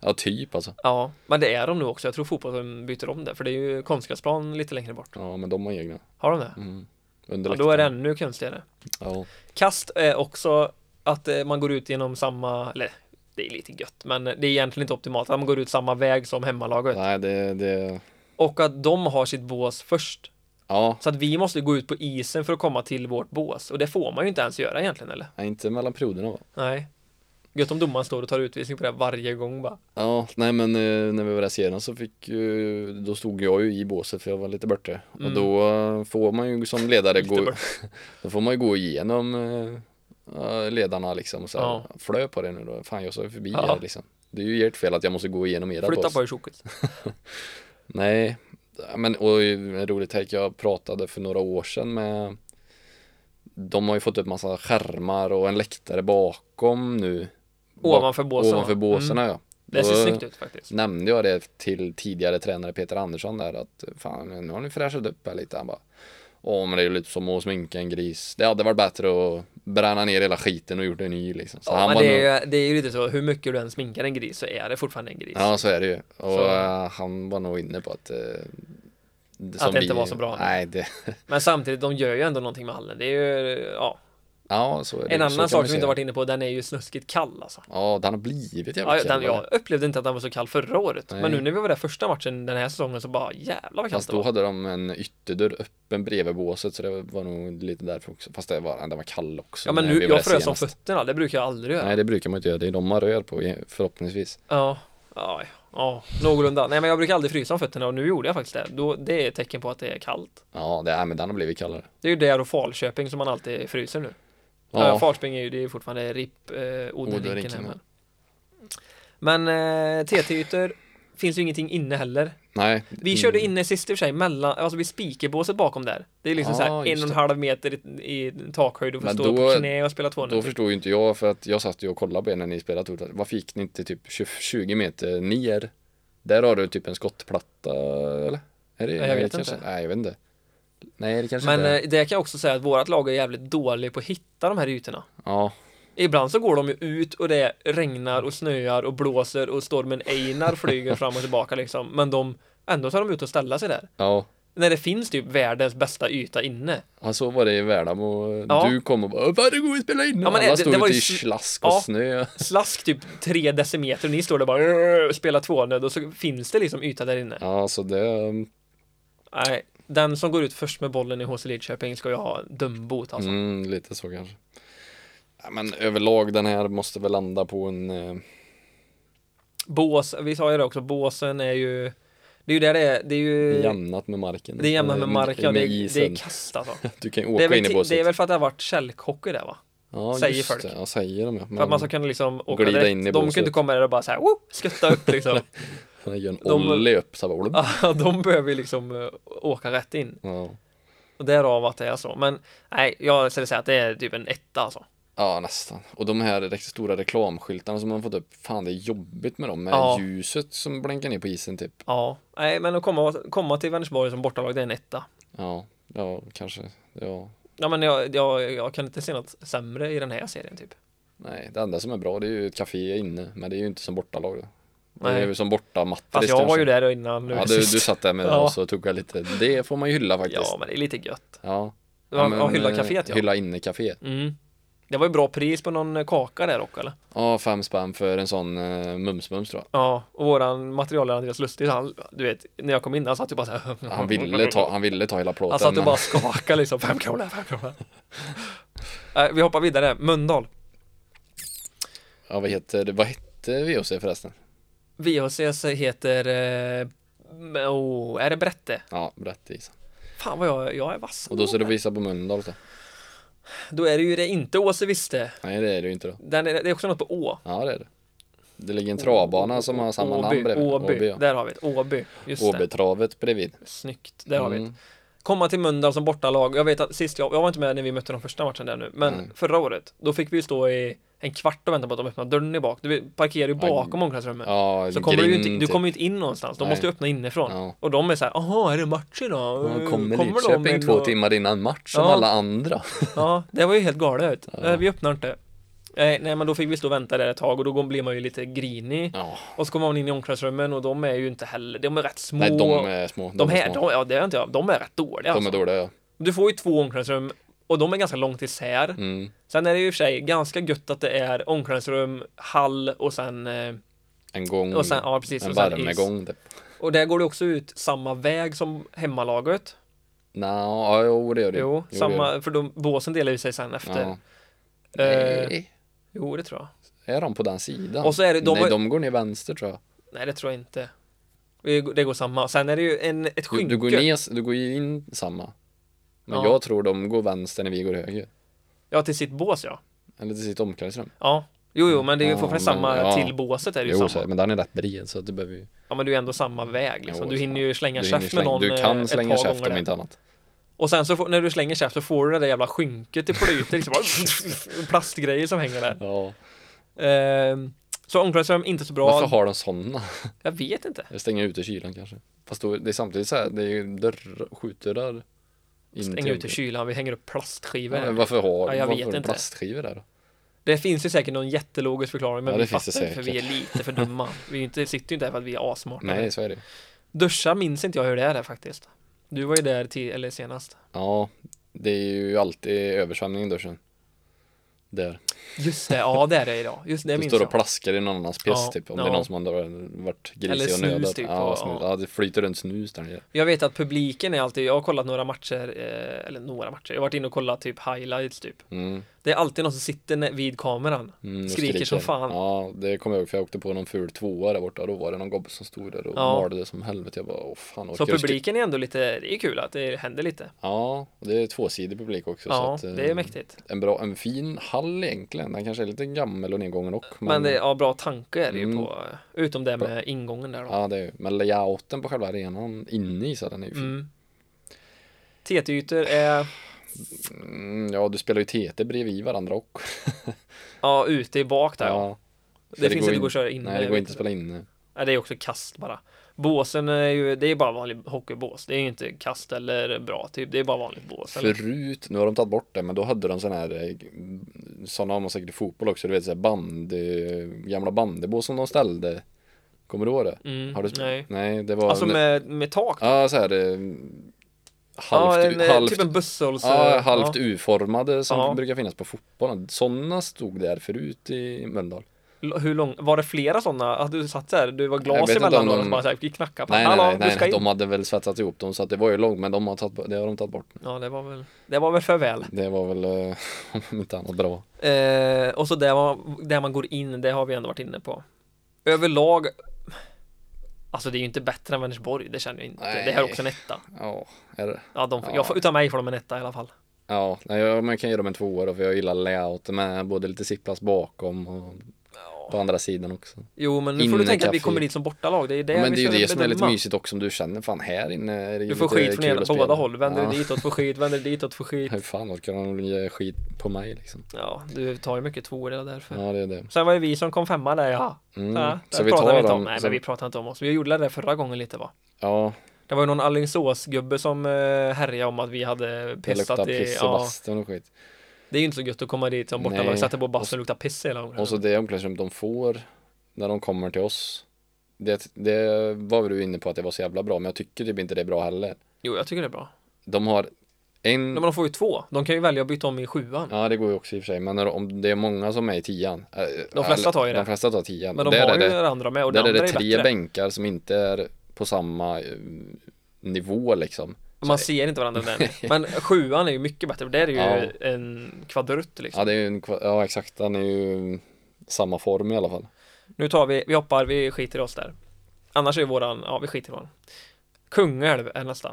[SPEAKER 2] ja typ alltså.
[SPEAKER 1] Ja, men det är de nu också, jag tror fotbollen byter om det för det är ju konstgräsplan lite längre bort
[SPEAKER 2] Ja, men de har egna.
[SPEAKER 1] Har de det?
[SPEAKER 2] Mm.
[SPEAKER 1] Ja,
[SPEAKER 2] Under
[SPEAKER 1] då är det
[SPEAKER 2] läktaren.
[SPEAKER 1] ännu konstigare
[SPEAKER 2] Ja.
[SPEAKER 1] Kast är också att eh, man går ut genom samma, eller det är lite gött, men det är egentligen inte optimalt att man går ut samma väg som hemmalaget.
[SPEAKER 2] Nej, det, det,
[SPEAKER 1] Och att de har sitt bås först.
[SPEAKER 2] ja,
[SPEAKER 1] Så att vi måste gå ut på isen för att komma till vårt bås. Och det får man ju inte ens göra egentligen, eller?
[SPEAKER 2] nej, inte mellan perioderna va?
[SPEAKER 1] Nej. Gött om domaren står och tar utvisning på det här varje gång bara.
[SPEAKER 2] Ja, nej men eh, när vi var där senast så fick ju, då stod jag ju i båset för jag var lite borta. Och
[SPEAKER 1] Mm.
[SPEAKER 2] då eh, får man ju som ledare
[SPEAKER 1] Lite
[SPEAKER 2] gå,
[SPEAKER 1] bort.
[SPEAKER 2] då får man ju gå igenom eh, eh, ledarna liksom och så här,
[SPEAKER 1] Ja.
[SPEAKER 2] flö på det nu då, fan jag sa ju förbi
[SPEAKER 1] Ja.
[SPEAKER 2] er liksom. Det är ju ert fel att jag måste gå igenom era
[SPEAKER 1] Flytta
[SPEAKER 2] bås.
[SPEAKER 1] på er tjockis.
[SPEAKER 2] Nej, men och en rolig take, jag pratade för några år sedan med De har ju fått upp massa skärmar och en läktare bakom nu Bak-
[SPEAKER 1] Ovanför båsen. Mm.
[SPEAKER 2] Ovanför båsarna ja
[SPEAKER 1] Det ser
[SPEAKER 2] Då
[SPEAKER 1] snyggt ut faktiskt.
[SPEAKER 2] Nämnde jag det till tidigare tränare Peter Andersson där att fan nu har ni fräschat upp här lite han bara Åh men det är ju lite som att sminka en gris Det hade varit bättre att bränna ner hela skiten och gjort en ny liksom Så
[SPEAKER 1] Ja, men
[SPEAKER 2] var nog-
[SPEAKER 1] det är, ju, det är ju lite så, hur mycket du än sminkar en gris så är det fortfarande en gris.
[SPEAKER 2] Ja så är det ju och
[SPEAKER 1] Så-
[SPEAKER 2] eh, han var nog inne på att eh, det,
[SPEAKER 1] det inte var så bra.
[SPEAKER 2] Nej det
[SPEAKER 1] Men samtidigt, de gör ju ändå någonting med hallen. Det är ju, ja,
[SPEAKER 2] Ja, så är det.
[SPEAKER 1] En
[SPEAKER 2] så
[SPEAKER 1] annan
[SPEAKER 2] kan
[SPEAKER 1] sak som vi
[SPEAKER 2] vi se
[SPEAKER 1] inte
[SPEAKER 2] det.
[SPEAKER 1] varit inne på, den är ju snuskigt kall alltså.
[SPEAKER 2] Ja, den har blivit jävligt
[SPEAKER 1] Ja, den,
[SPEAKER 2] kall.
[SPEAKER 1] jag upplevde inte att den var så kall förra året.
[SPEAKER 2] Nej.
[SPEAKER 1] Men nu när vi var där första matchen den här säsongen så bara jävlar vad kallt
[SPEAKER 2] Fast
[SPEAKER 1] det
[SPEAKER 2] då
[SPEAKER 1] var.
[SPEAKER 2] hade de en ytterdörr öppen bredvid båset så det var nog lite därför också. Fast det var, den var kall också.
[SPEAKER 1] Ja men
[SPEAKER 2] när
[SPEAKER 1] nu,
[SPEAKER 2] vi var
[SPEAKER 1] jag
[SPEAKER 2] där
[SPEAKER 1] frös om
[SPEAKER 2] senast.
[SPEAKER 1] fötterna, det brukar jag aldrig göra.
[SPEAKER 2] Nej, det brukar man inte göra. Det är de man rör på förhoppningsvis.
[SPEAKER 1] Ja, ja, ja, någorlunda. Nej men jag brukar aldrig frysa om fötterna och nu gjorde jag faktiskt det. Då, det är ett tecken på att det är kallt.
[SPEAKER 2] Ja, det, nej, men den har blivit kallare.
[SPEAKER 1] Det är ju där och Falköping som man alltid fryser nu. Ja.
[SPEAKER 2] Ja.
[SPEAKER 1] Falköping är ju, det är ju fortfarande RIP, eh, Odenrinken här,
[SPEAKER 2] Odenrinken,
[SPEAKER 1] Men, men eh, TT-ytor finns ju ingenting inne heller.
[SPEAKER 2] Nej. Mm.
[SPEAKER 1] Vi körde inne sist i och för sig mellan, alltså vid spikerbåset bakom där. Det är liksom
[SPEAKER 2] Ja,
[SPEAKER 1] så här en
[SPEAKER 2] just
[SPEAKER 1] och en
[SPEAKER 2] det.
[SPEAKER 1] halv meter i, i takhöjd och får
[SPEAKER 2] Men
[SPEAKER 1] stå
[SPEAKER 2] då-
[SPEAKER 1] på knä och spela två
[SPEAKER 2] Då förstod ju inte jag för att jag satt ju och kollade på er när ni spelade Tortal. Varför gick ni inte typ 20 20 meter ner? Där har du typ en skottplatta eller? Är det,
[SPEAKER 1] Jag
[SPEAKER 2] är
[SPEAKER 1] vet
[SPEAKER 2] det kanske,
[SPEAKER 1] inte.
[SPEAKER 2] Nej, jag vet inte. Nej, det kanske
[SPEAKER 1] Men
[SPEAKER 2] inte är.
[SPEAKER 1] eh, det kan jag också säga att vårat lag är jävligt dålig på att hitta de här ytorna.
[SPEAKER 2] Ja,
[SPEAKER 1] Ibland så går de ju ut och det regnar och snöar och blåser och stormen Einar flyger fram och tillbaka liksom. Men de, ändå tar de ut och ställa sig där.
[SPEAKER 2] ja.
[SPEAKER 1] När det finns typ världens bästa yta inne.
[SPEAKER 2] Ja så var det i Värnamo,
[SPEAKER 1] Ja,
[SPEAKER 2] du kom och bara varsågod spela in
[SPEAKER 1] Ja, men
[SPEAKER 2] Alla
[SPEAKER 1] det-
[SPEAKER 2] stod
[SPEAKER 1] det var
[SPEAKER 2] ute
[SPEAKER 1] ju
[SPEAKER 2] i
[SPEAKER 1] sl-
[SPEAKER 2] slask och
[SPEAKER 1] Ja.
[SPEAKER 2] snö
[SPEAKER 1] Slask typ tre decimeter och ni står där bara "Rrr", och spelar tvånöd och så finns det liksom yta där inne.
[SPEAKER 2] Ja så det,
[SPEAKER 1] Nej, den som går ut först med bollen i HC Lidköping ska ju ha dömbot alltså.
[SPEAKER 2] mm, lite så kanske ja, Men överlag den här måste väl landa på en eh,
[SPEAKER 1] Bås, vi sa ju det också, båsen är ju Det är ju där det är, det är ju
[SPEAKER 2] jämnat med marken
[SPEAKER 1] Det är jämnat med
[SPEAKER 2] Eh,
[SPEAKER 1] marken,
[SPEAKER 2] med
[SPEAKER 1] det, är- det
[SPEAKER 2] isen.
[SPEAKER 1] är kast alltså.
[SPEAKER 2] Du kan ju
[SPEAKER 1] Det är,
[SPEAKER 2] åka
[SPEAKER 1] väl,
[SPEAKER 2] in i
[SPEAKER 1] ti-
[SPEAKER 2] båset
[SPEAKER 1] det är väl för att det har varit kälkhockey där va?
[SPEAKER 2] Ja,
[SPEAKER 1] Säger
[SPEAKER 2] just
[SPEAKER 1] folk.
[SPEAKER 2] det. Ja, säger de ja.
[SPEAKER 1] För att man ska kunna liksom åka
[SPEAKER 2] Glida
[SPEAKER 1] direkt.
[SPEAKER 2] in i
[SPEAKER 1] de
[SPEAKER 2] båset.
[SPEAKER 1] kan inte komma där och bara så här, whoop, skutta upp liksom.
[SPEAKER 2] man gör en
[SPEAKER 1] de-
[SPEAKER 2] ollie upp så här bara,
[SPEAKER 1] Ja, de behöver ju liksom eh, åka rätt in.
[SPEAKER 2] ja.
[SPEAKER 1] Och därav att det är så. Men nej, jag skulle säga att det är typ en etta alltså.
[SPEAKER 2] ja, nästan. Och de här riktigt stora reklamskyltarna som man fått upp, fan det är jobbigt med dem, med
[SPEAKER 1] Ja.
[SPEAKER 2] ljuset som blinkar ner på isen typ.
[SPEAKER 1] Ja, nej, men att komma, komma till Vänersborg som bortalag, det är en etta.
[SPEAKER 2] Ja, ja, kanske. Ja,
[SPEAKER 1] Ja, men jag, jag, jag kan inte se något sämre i den här serien typ.
[SPEAKER 2] nej, det enda som är bra det är ju ett café inne, men det är ju inte som bortalag. Då. Det är
[SPEAKER 1] Nej.
[SPEAKER 2] ju som bortamatris.
[SPEAKER 1] Fast jag var ju
[SPEAKER 2] kanske.
[SPEAKER 1] där innan nu
[SPEAKER 2] Ja, du, du
[SPEAKER 1] sist.
[SPEAKER 2] satt där med
[SPEAKER 1] Ja.
[SPEAKER 2] och så tog jag lite. Det får man ju hylla faktiskt.
[SPEAKER 1] Ja, men det är lite gött.
[SPEAKER 2] Ja.
[SPEAKER 1] Ja, ja, hylla
[SPEAKER 2] eh,
[SPEAKER 1] kaféet, ja.
[SPEAKER 2] Hylla inne kaféet.
[SPEAKER 1] Mm. Det var ju bra pris på någon kaka där också eller?
[SPEAKER 2] Ja, fem spänn för en sån uh, mums-mums tror jag.
[SPEAKER 1] Ja, och våran materiallärare Andreas Lustig, han, du vet, när jag kom in, han satt ju bara så här.
[SPEAKER 2] Han ville ta, han ville ta hela plåten.
[SPEAKER 1] Han satt och
[SPEAKER 2] men-
[SPEAKER 1] bara skakade liksom, fem kronor, fem kronor. Eh, Vi hoppar vidare, Mölndal.
[SPEAKER 2] Ja, vad heter, vad hette VOC förresten?
[SPEAKER 1] VHCs heter, eh, oh, är det Brätte?
[SPEAKER 2] Ja, rätt i isen.
[SPEAKER 1] Fan vad jag, jag är vass.
[SPEAKER 2] Och då ska du visa på Mölndal då?
[SPEAKER 1] Då är det ju det inte Åse Viste.
[SPEAKER 2] Nej, det är det ju inte då.
[SPEAKER 1] Den är, det är också något på Å.
[SPEAKER 2] Ja, det är det. Det ligger en travbana som har samma namn
[SPEAKER 1] Åby,
[SPEAKER 2] bredvid.
[SPEAKER 1] Åby,
[SPEAKER 2] ja.
[SPEAKER 1] där har vi det. Åby, just det.
[SPEAKER 2] Åbytravet bredvid.
[SPEAKER 1] Snyggt, där har vi det.
[SPEAKER 2] Mm.
[SPEAKER 1] Komma till Mölndal som bortalag. Jag vet att sist jag, jag var inte med när vi mötte de första matchen där nu, men
[SPEAKER 2] Nej.
[SPEAKER 1] förra året, då fick vi ju stå i en kvart och vänta på att de öppnar dörren i bak. Du vet, parkerar ju bakom omklädningsrummet.
[SPEAKER 2] Ja,
[SPEAKER 1] Så kommer du, ju
[SPEAKER 2] grind,
[SPEAKER 1] inte, du
[SPEAKER 2] typ.
[SPEAKER 1] kommer ju inte in någonstans, de
[SPEAKER 2] Nej.
[SPEAKER 1] måste ju öppna inifrån.
[SPEAKER 2] Ja.
[SPEAKER 1] Och de är så här, jaha, är det match idag?
[SPEAKER 2] Ja,
[SPEAKER 1] Eh,
[SPEAKER 2] kommer
[SPEAKER 1] de
[SPEAKER 2] Lidköping
[SPEAKER 1] in
[SPEAKER 2] två
[SPEAKER 1] och-"
[SPEAKER 2] timmar innan match som
[SPEAKER 1] Ja.
[SPEAKER 2] alla andra.
[SPEAKER 1] Ja, det var ju helt galet ut.
[SPEAKER 2] Ja.
[SPEAKER 1] Eh, Vi öppnar inte. Nej, nej, men då fick vi stå och vänta där ett tag och då blir man ju lite grinig.
[SPEAKER 2] Ja,
[SPEAKER 1] Och så kommer man in i omklädningsrummen och de är ju inte heller, de är rätt små.
[SPEAKER 2] nej de är små.
[SPEAKER 1] De här,
[SPEAKER 2] är, små.
[SPEAKER 1] de, ja det är inte jag, de är rätt dåliga
[SPEAKER 2] de är
[SPEAKER 1] alltså.
[SPEAKER 2] dåliga ja.
[SPEAKER 1] Du får ju två omklädningsrum och de är ganska långt isär.
[SPEAKER 2] Mm.
[SPEAKER 1] Sen är det ju i och för sig ganska gött att det är omklädningsrum, hall och sen, eh,
[SPEAKER 2] En gång,
[SPEAKER 1] och sen ja precis,
[SPEAKER 2] Mm. en
[SPEAKER 1] och sen is.
[SPEAKER 2] värmegång typ.
[SPEAKER 1] Och där går det också ut samma väg som hemmalaget.
[SPEAKER 2] Nå, ja, jo det gör det.
[SPEAKER 1] Jo,
[SPEAKER 2] det
[SPEAKER 1] samma,
[SPEAKER 2] gör
[SPEAKER 1] för de, båsen delar ju sig sen efter.
[SPEAKER 2] det. Ja.
[SPEAKER 1] Eh,
[SPEAKER 2] Nej,
[SPEAKER 1] Jo, det tror jag.
[SPEAKER 2] är de på den sidan?
[SPEAKER 1] Och så är det- de
[SPEAKER 2] nej,
[SPEAKER 1] har-
[SPEAKER 2] de går ner vänster tror jag.
[SPEAKER 1] Nej, det tror jag inte. Det går- Det går samma. Sen är det ju en, ett
[SPEAKER 2] Du,
[SPEAKER 1] skynke.
[SPEAKER 2] du, går ner, du går ju in samma. Men
[SPEAKER 1] Ja.
[SPEAKER 2] jag tror de går vänster när vi går höger.
[SPEAKER 1] Ja, till sitt bås ja.
[SPEAKER 2] Eller till sitt omklädningsrum.
[SPEAKER 1] Ja. Jo, jo, men det är ju
[SPEAKER 2] Ja,
[SPEAKER 1] fortfarande
[SPEAKER 2] men-
[SPEAKER 1] samma
[SPEAKER 2] ja.
[SPEAKER 1] till båset är det ju
[SPEAKER 2] Jo,
[SPEAKER 1] samma.
[SPEAKER 2] så, men den är rätt bred så att du behöver ju
[SPEAKER 1] Ja, men det är ju ändå samma väg liksom.
[SPEAKER 2] Jo,
[SPEAKER 1] du
[SPEAKER 2] så.
[SPEAKER 1] hinner ju slänga
[SPEAKER 2] du,
[SPEAKER 1] käft
[SPEAKER 2] hinner
[SPEAKER 1] med
[SPEAKER 2] slänga,
[SPEAKER 1] någon
[SPEAKER 2] du
[SPEAKER 1] eh,
[SPEAKER 2] kan
[SPEAKER 1] ett
[SPEAKER 2] slänga
[SPEAKER 1] par
[SPEAKER 2] käft
[SPEAKER 1] gånger
[SPEAKER 2] om
[SPEAKER 1] där.
[SPEAKER 2] inte annat.
[SPEAKER 1] Och sen så får, när du slänger käft så får du det där jävla skynket i plyter liksom. Bara Plastgrejer som hänger där.
[SPEAKER 2] Ja.
[SPEAKER 1] Ehm, så omklädningsrum inte så bra.
[SPEAKER 2] Varför har de sådana?
[SPEAKER 1] Jag vet inte.
[SPEAKER 2] Jag stänger ute kylan kanske. Fast då, det är samtidigt så här, det är ju dörr, skjutdörrar. in till
[SPEAKER 1] Stänger ute
[SPEAKER 2] omklädningsrummet.
[SPEAKER 1] kylan, vi hänger upp plastskivor.
[SPEAKER 2] Ja, men varför har
[SPEAKER 1] Ja, jag
[SPEAKER 2] varför
[SPEAKER 1] vet
[SPEAKER 2] har de
[SPEAKER 1] inte.
[SPEAKER 2] plastskivor där då?
[SPEAKER 1] Det finns ju säkert någon jättelogisk förklaring men
[SPEAKER 2] Ja,
[SPEAKER 1] vi
[SPEAKER 2] det finns det
[SPEAKER 1] fattar inte för vi är
[SPEAKER 2] säkert.
[SPEAKER 1] lite för dumma. Vi är ju inte, sitter ju inte här för att vi är assmarta.
[SPEAKER 2] Nej, så är det
[SPEAKER 1] Duschar minns inte jag hur det är där faktiskt. Du var ju där till, eller senast.
[SPEAKER 2] Ja, det är ju alltid översvämning i duschen. Där.
[SPEAKER 1] Just det, ja det är det idag. Just det
[SPEAKER 2] du
[SPEAKER 1] minns
[SPEAKER 2] står
[SPEAKER 1] jag.
[SPEAKER 2] och plaskar i någon annans piss
[SPEAKER 1] Ja,
[SPEAKER 2] typ. Om
[SPEAKER 1] ja.
[SPEAKER 2] det är någon som har varit
[SPEAKER 1] Eller
[SPEAKER 2] grisig och
[SPEAKER 1] snus,
[SPEAKER 2] nödat.
[SPEAKER 1] typ,
[SPEAKER 2] ja,
[SPEAKER 1] och-
[SPEAKER 2] snus.
[SPEAKER 1] ja.
[SPEAKER 2] Ja, det flyter runt snus där nere.
[SPEAKER 1] Jag vet att publiken är alltid, jag har kollat några matcher, eh, eller några matcher, jag har varit inne och kollat typ highlights typ.
[SPEAKER 2] Mm,
[SPEAKER 1] Det är alltid någon som sitter nä- vid kameran.
[SPEAKER 2] mm, och
[SPEAKER 1] Skriker som fan.
[SPEAKER 2] Ja, det kommer jag ihåg för jag åkte på någon ful tvåa där borta. Då var det någon gobbe som stod där och
[SPEAKER 1] Ja.
[SPEAKER 2] malde som helvete. Jag bara, åh fan.
[SPEAKER 1] Så
[SPEAKER 2] orkar du skri-
[SPEAKER 1] publiken är ändå lite, det är kul att det händer lite.
[SPEAKER 2] Ja, och det är tvåsidig publik också. så
[SPEAKER 1] Ja,
[SPEAKER 2] att, eh,
[SPEAKER 1] det är mäktigt.
[SPEAKER 2] En bra, en fin hall egentligen. Den kanske är lite gammal och nedgången och.
[SPEAKER 1] Men det, ja, bra tanke är det ju
[SPEAKER 2] Mm.
[SPEAKER 1] på, eh, utom det med ingången där då.
[SPEAKER 2] Ja, det är ju. Men layouten på själva arenan inne i så den är ju fin.
[SPEAKER 1] Mm. TT-ytor är
[SPEAKER 2] Mm, ja, du spelar ju TT bredvid varandra och.
[SPEAKER 1] ja, ute i bak där. Ja,
[SPEAKER 2] Ja,
[SPEAKER 1] det, finns inte att köra inne.
[SPEAKER 2] Nej, det
[SPEAKER 1] jag
[SPEAKER 2] går
[SPEAKER 1] vet
[SPEAKER 2] inte att spela inne.
[SPEAKER 1] Nej, det är också kast bara. Båsen är ju, det är bara vanlig hockeybås. Det är ju inte kast eller bra typ. Det är bara vanligt bås. Eller?
[SPEAKER 2] Förut, nu har de tagit bort det, men då hade de sån här eh, Sådana har man säkert i fotboll också, du vet såhär band eh, Gamla bandebås som de ställde Kommer du ihåg det?
[SPEAKER 1] Mm,
[SPEAKER 2] Har du sp-
[SPEAKER 1] nej.
[SPEAKER 2] nej, det var
[SPEAKER 1] Alltså med, med tak.
[SPEAKER 2] Ja, såhär eh, Halvt,
[SPEAKER 1] ja, en, eh,
[SPEAKER 2] halvt,
[SPEAKER 1] typ en busshålls...
[SPEAKER 2] ja,
[SPEAKER 1] eh,
[SPEAKER 2] halvt U-formade som
[SPEAKER 1] Ja.
[SPEAKER 2] brukar finnas på fotbollen Sådana stod där förut i Mölndal
[SPEAKER 1] L- Hur lång, var det flera sådana? Att du satt där, du var
[SPEAKER 2] Jag
[SPEAKER 1] glas
[SPEAKER 2] vet inte
[SPEAKER 1] emellan
[SPEAKER 2] om
[SPEAKER 1] och
[SPEAKER 2] de-
[SPEAKER 1] bara såhär, gick knacka på.
[SPEAKER 2] Nej, nej,
[SPEAKER 1] Hallå,
[SPEAKER 2] nej,
[SPEAKER 1] du
[SPEAKER 2] nej,
[SPEAKER 1] ska
[SPEAKER 2] nej,
[SPEAKER 1] in.
[SPEAKER 2] de hade väl svetsat ihop dem så att det var ju långt, men de har tagit, bort- det har de tagit bort
[SPEAKER 1] Ja, det var väl, det var väl för väl.
[SPEAKER 2] Det var väl, eh, om inte annat, bra
[SPEAKER 1] Eh, och så där man, där man går in, det har vi ändå varit inne på. Överlag, alltså det är ju inte bättre än Vänersborg, det känner jag inte. Det här är också en etta.
[SPEAKER 2] Ja, är det?
[SPEAKER 1] Ja, de,
[SPEAKER 2] Ja.
[SPEAKER 1] Jag får, utan mig får de en etta i alla fall.
[SPEAKER 2] Ja, nej, jag- man kan ge dem en tvåa då för jag gillar layouten med både lite sittplats bakom och på andra sidan också.
[SPEAKER 1] Jo, men nu får du
[SPEAKER 2] Inne
[SPEAKER 1] tänka att vi
[SPEAKER 2] kaffe.
[SPEAKER 1] kommer dit som bortalag. Det är det
[SPEAKER 2] men
[SPEAKER 1] vi
[SPEAKER 2] det är
[SPEAKER 1] ska
[SPEAKER 2] ju det som är lite
[SPEAKER 1] bedöma.
[SPEAKER 2] mysigt också om du känner fan här inne är det ju
[SPEAKER 1] Du får
[SPEAKER 2] lite
[SPEAKER 1] skit från
[SPEAKER 2] kul
[SPEAKER 1] hela,
[SPEAKER 2] att spela.
[SPEAKER 1] båda håll. Vänder
[SPEAKER 2] ja.
[SPEAKER 1] dig ditåt, får skit. Vänder dig ditåt, får skit.
[SPEAKER 2] Hur fan orkar de ge skit på mig liksom?
[SPEAKER 1] Ja, du tar ju mycket tvåor redan därför.
[SPEAKER 2] Ja, det är det.
[SPEAKER 1] Sen var det vi som kom femma där, ja.
[SPEAKER 2] Mm.
[SPEAKER 1] ja
[SPEAKER 2] så
[SPEAKER 1] så
[SPEAKER 2] vi
[SPEAKER 1] pratar
[SPEAKER 2] tar
[SPEAKER 1] vi inte
[SPEAKER 2] dem.
[SPEAKER 1] om. Nej,
[SPEAKER 2] så-
[SPEAKER 1] men vi pratar inte om oss. Vi gjorde det förra gången lite va?
[SPEAKER 2] Ja,
[SPEAKER 1] Det var ju någon Alingsås-gubbe som eh, härjade om att vi hade
[SPEAKER 2] det luktar
[SPEAKER 1] pissat i...
[SPEAKER 2] piss och
[SPEAKER 1] Ja,
[SPEAKER 2] bastun och skit.
[SPEAKER 1] det är ju inte så gött att komma dit som bortalag,
[SPEAKER 2] Nej.
[SPEAKER 1] sätta på
[SPEAKER 2] Och
[SPEAKER 1] bastu
[SPEAKER 2] så-
[SPEAKER 1] och lukta piss hela gången.
[SPEAKER 2] Och så det omklädningsrum de får när de kommer till oss. Det, det var väl du inne på att det var så jävla bra, men jag tycker typ inte det är bra heller.
[SPEAKER 1] Jo, jag tycker det är bra.
[SPEAKER 2] De har en...
[SPEAKER 1] Men de får ju två. De kan ju välja att byta om i sjuan.
[SPEAKER 2] Mm. Ja, det går ju också i och för sig, men när, om det är många som är i tian. eh,
[SPEAKER 1] De flesta tar ju det.
[SPEAKER 2] De flesta tar tian.
[SPEAKER 1] Men de
[SPEAKER 2] där
[SPEAKER 1] har
[SPEAKER 2] är
[SPEAKER 1] ju
[SPEAKER 2] det,
[SPEAKER 1] det andra med och det
[SPEAKER 2] där är
[SPEAKER 1] andra
[SPEAKER 2] det
[SPEAKER 1] är
[SPEAKER 2] tre
[SPEAKER 1] bättre.
[SPEAKER 2] bänkar som inte är på samma eh, nivå liksom.
[SPEAKER 1] Man ser inte varandra där. Men sjuan är ju mycket bättre. Där är ju en kvadrutt liksom.
[SPEAKER 2] Ja, det är ju en, kva- ja exakt, den är ju samma form i alla fall.
[SPEAKER 1] Nu tar vi, vi hoppar, vi skiter i oss där. Annars är våran, ja vi skiter i våran. Kungälv är nästa.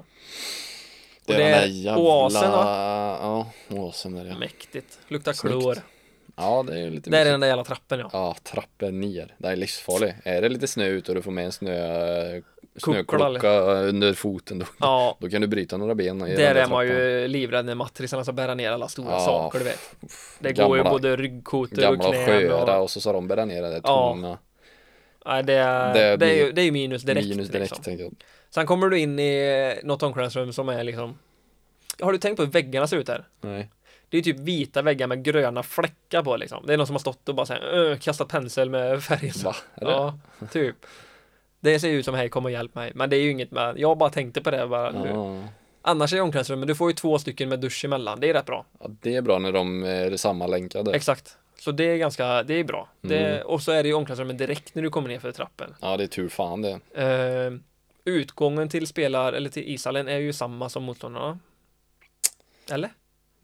[SPEAKER 2] Det
[SPEAKER 1] Och det
[SPEAKER 2] är, den där
[SPEAKER 1] är
[SPEAKER 2] jävla...
[SPEAKER 1] oasen, va?
[SPEAKER 2] Ja, oasen där ja.
[SPEAKER 1] Mäktigt. Luktar
[SPEAKER 2] Snyggt.
[SPEAKER 1] klor.
[SPEAKER 2] Ja, det är ju lite
[SPEAKER 1] Där är
[SPEAKER 2] mysigt.
[SPEAKER 1] den där jävla trappen ja.
[SPEAKER 2] Ja, trappen ner. Det är livsfarlig. Är det lite snö ute och du får med en snö, snöklocka under foten då,
[SPEAKER 1] Ja,
[SPEAKER 2] då kan du bryta några ben. i den
[SPEAKER 1] där är
[SPEAKER 2] trappan.
[SPEAKER 1] man ju livrädd när matrisarna ska bära ner alla stora
[SPEAKER 2] Ja.
[SPEAKER 1] saker du vet. Det
[SPEAKER 2] Gamla-
[SPEAKER 1] går ju både ryggkotor och
[SPEAKER 2] Gamla och
[SPEAKER 1] knän
[SPEAKER 2] sköra
[SPEAKER 1] och...
[SPEAKER 2] och så sa de bära ner det där
[SPEAKER 1] Ja,
[SPEAKER 2] tunga.
[SPEAKER 1] Nej, det, är-
[SPEAKER 2] Det
[SPEAKER 1] det, är ju,
[SPEAKER 2] blir
[SPEAKER 1] det är ju minus direkt.
[SPEAKER 2] minus direkt
[SPEAKER 1] Liksom.
[SPEAKER 2] tänkte jag.
[SPEAKER 1] Sen kommer du in i något omklädningsrum som är liksom Har du tänkt på hur väggarna ser ut här?
[SPEAKER 2] Nej.
[SPEAKER 1] Det är typ vita väggar med gröna fläckar på liksom. Det är någon som har stått och bara så här, "Öh", kastat pensel med färg. och så.
[SPEAKER 2] Va? Är det?
[SPEAKER 1] Ja, typ. Det ser ju ut som hej kom och hjälp mig. Men det är ju inget med, jag bara tänkte på det bara nu.
[SPEAKER 2] Ja.
[SPEAKER 1] Annars är omklädningsrummet, du får ju två stycken med dusch emellan. Det är rätt bra.
[SPEAKER 2] ja, det är bra när de är sammanlänkade.
[SPEAKER 1] Exakt. Så det är ganska, det är bra. Det,
[SPEAKER 2] Mm.
[SPEAKER 1] och så är det ju omklädningsrummet direkt när du kommer ner för trappen.
[SPEAKER 2] Ja, det är tur fan det.
[SPEAKER 1] Eh, utgången till spelar, eller till ishallen är ju samma som motståndarna. Eller?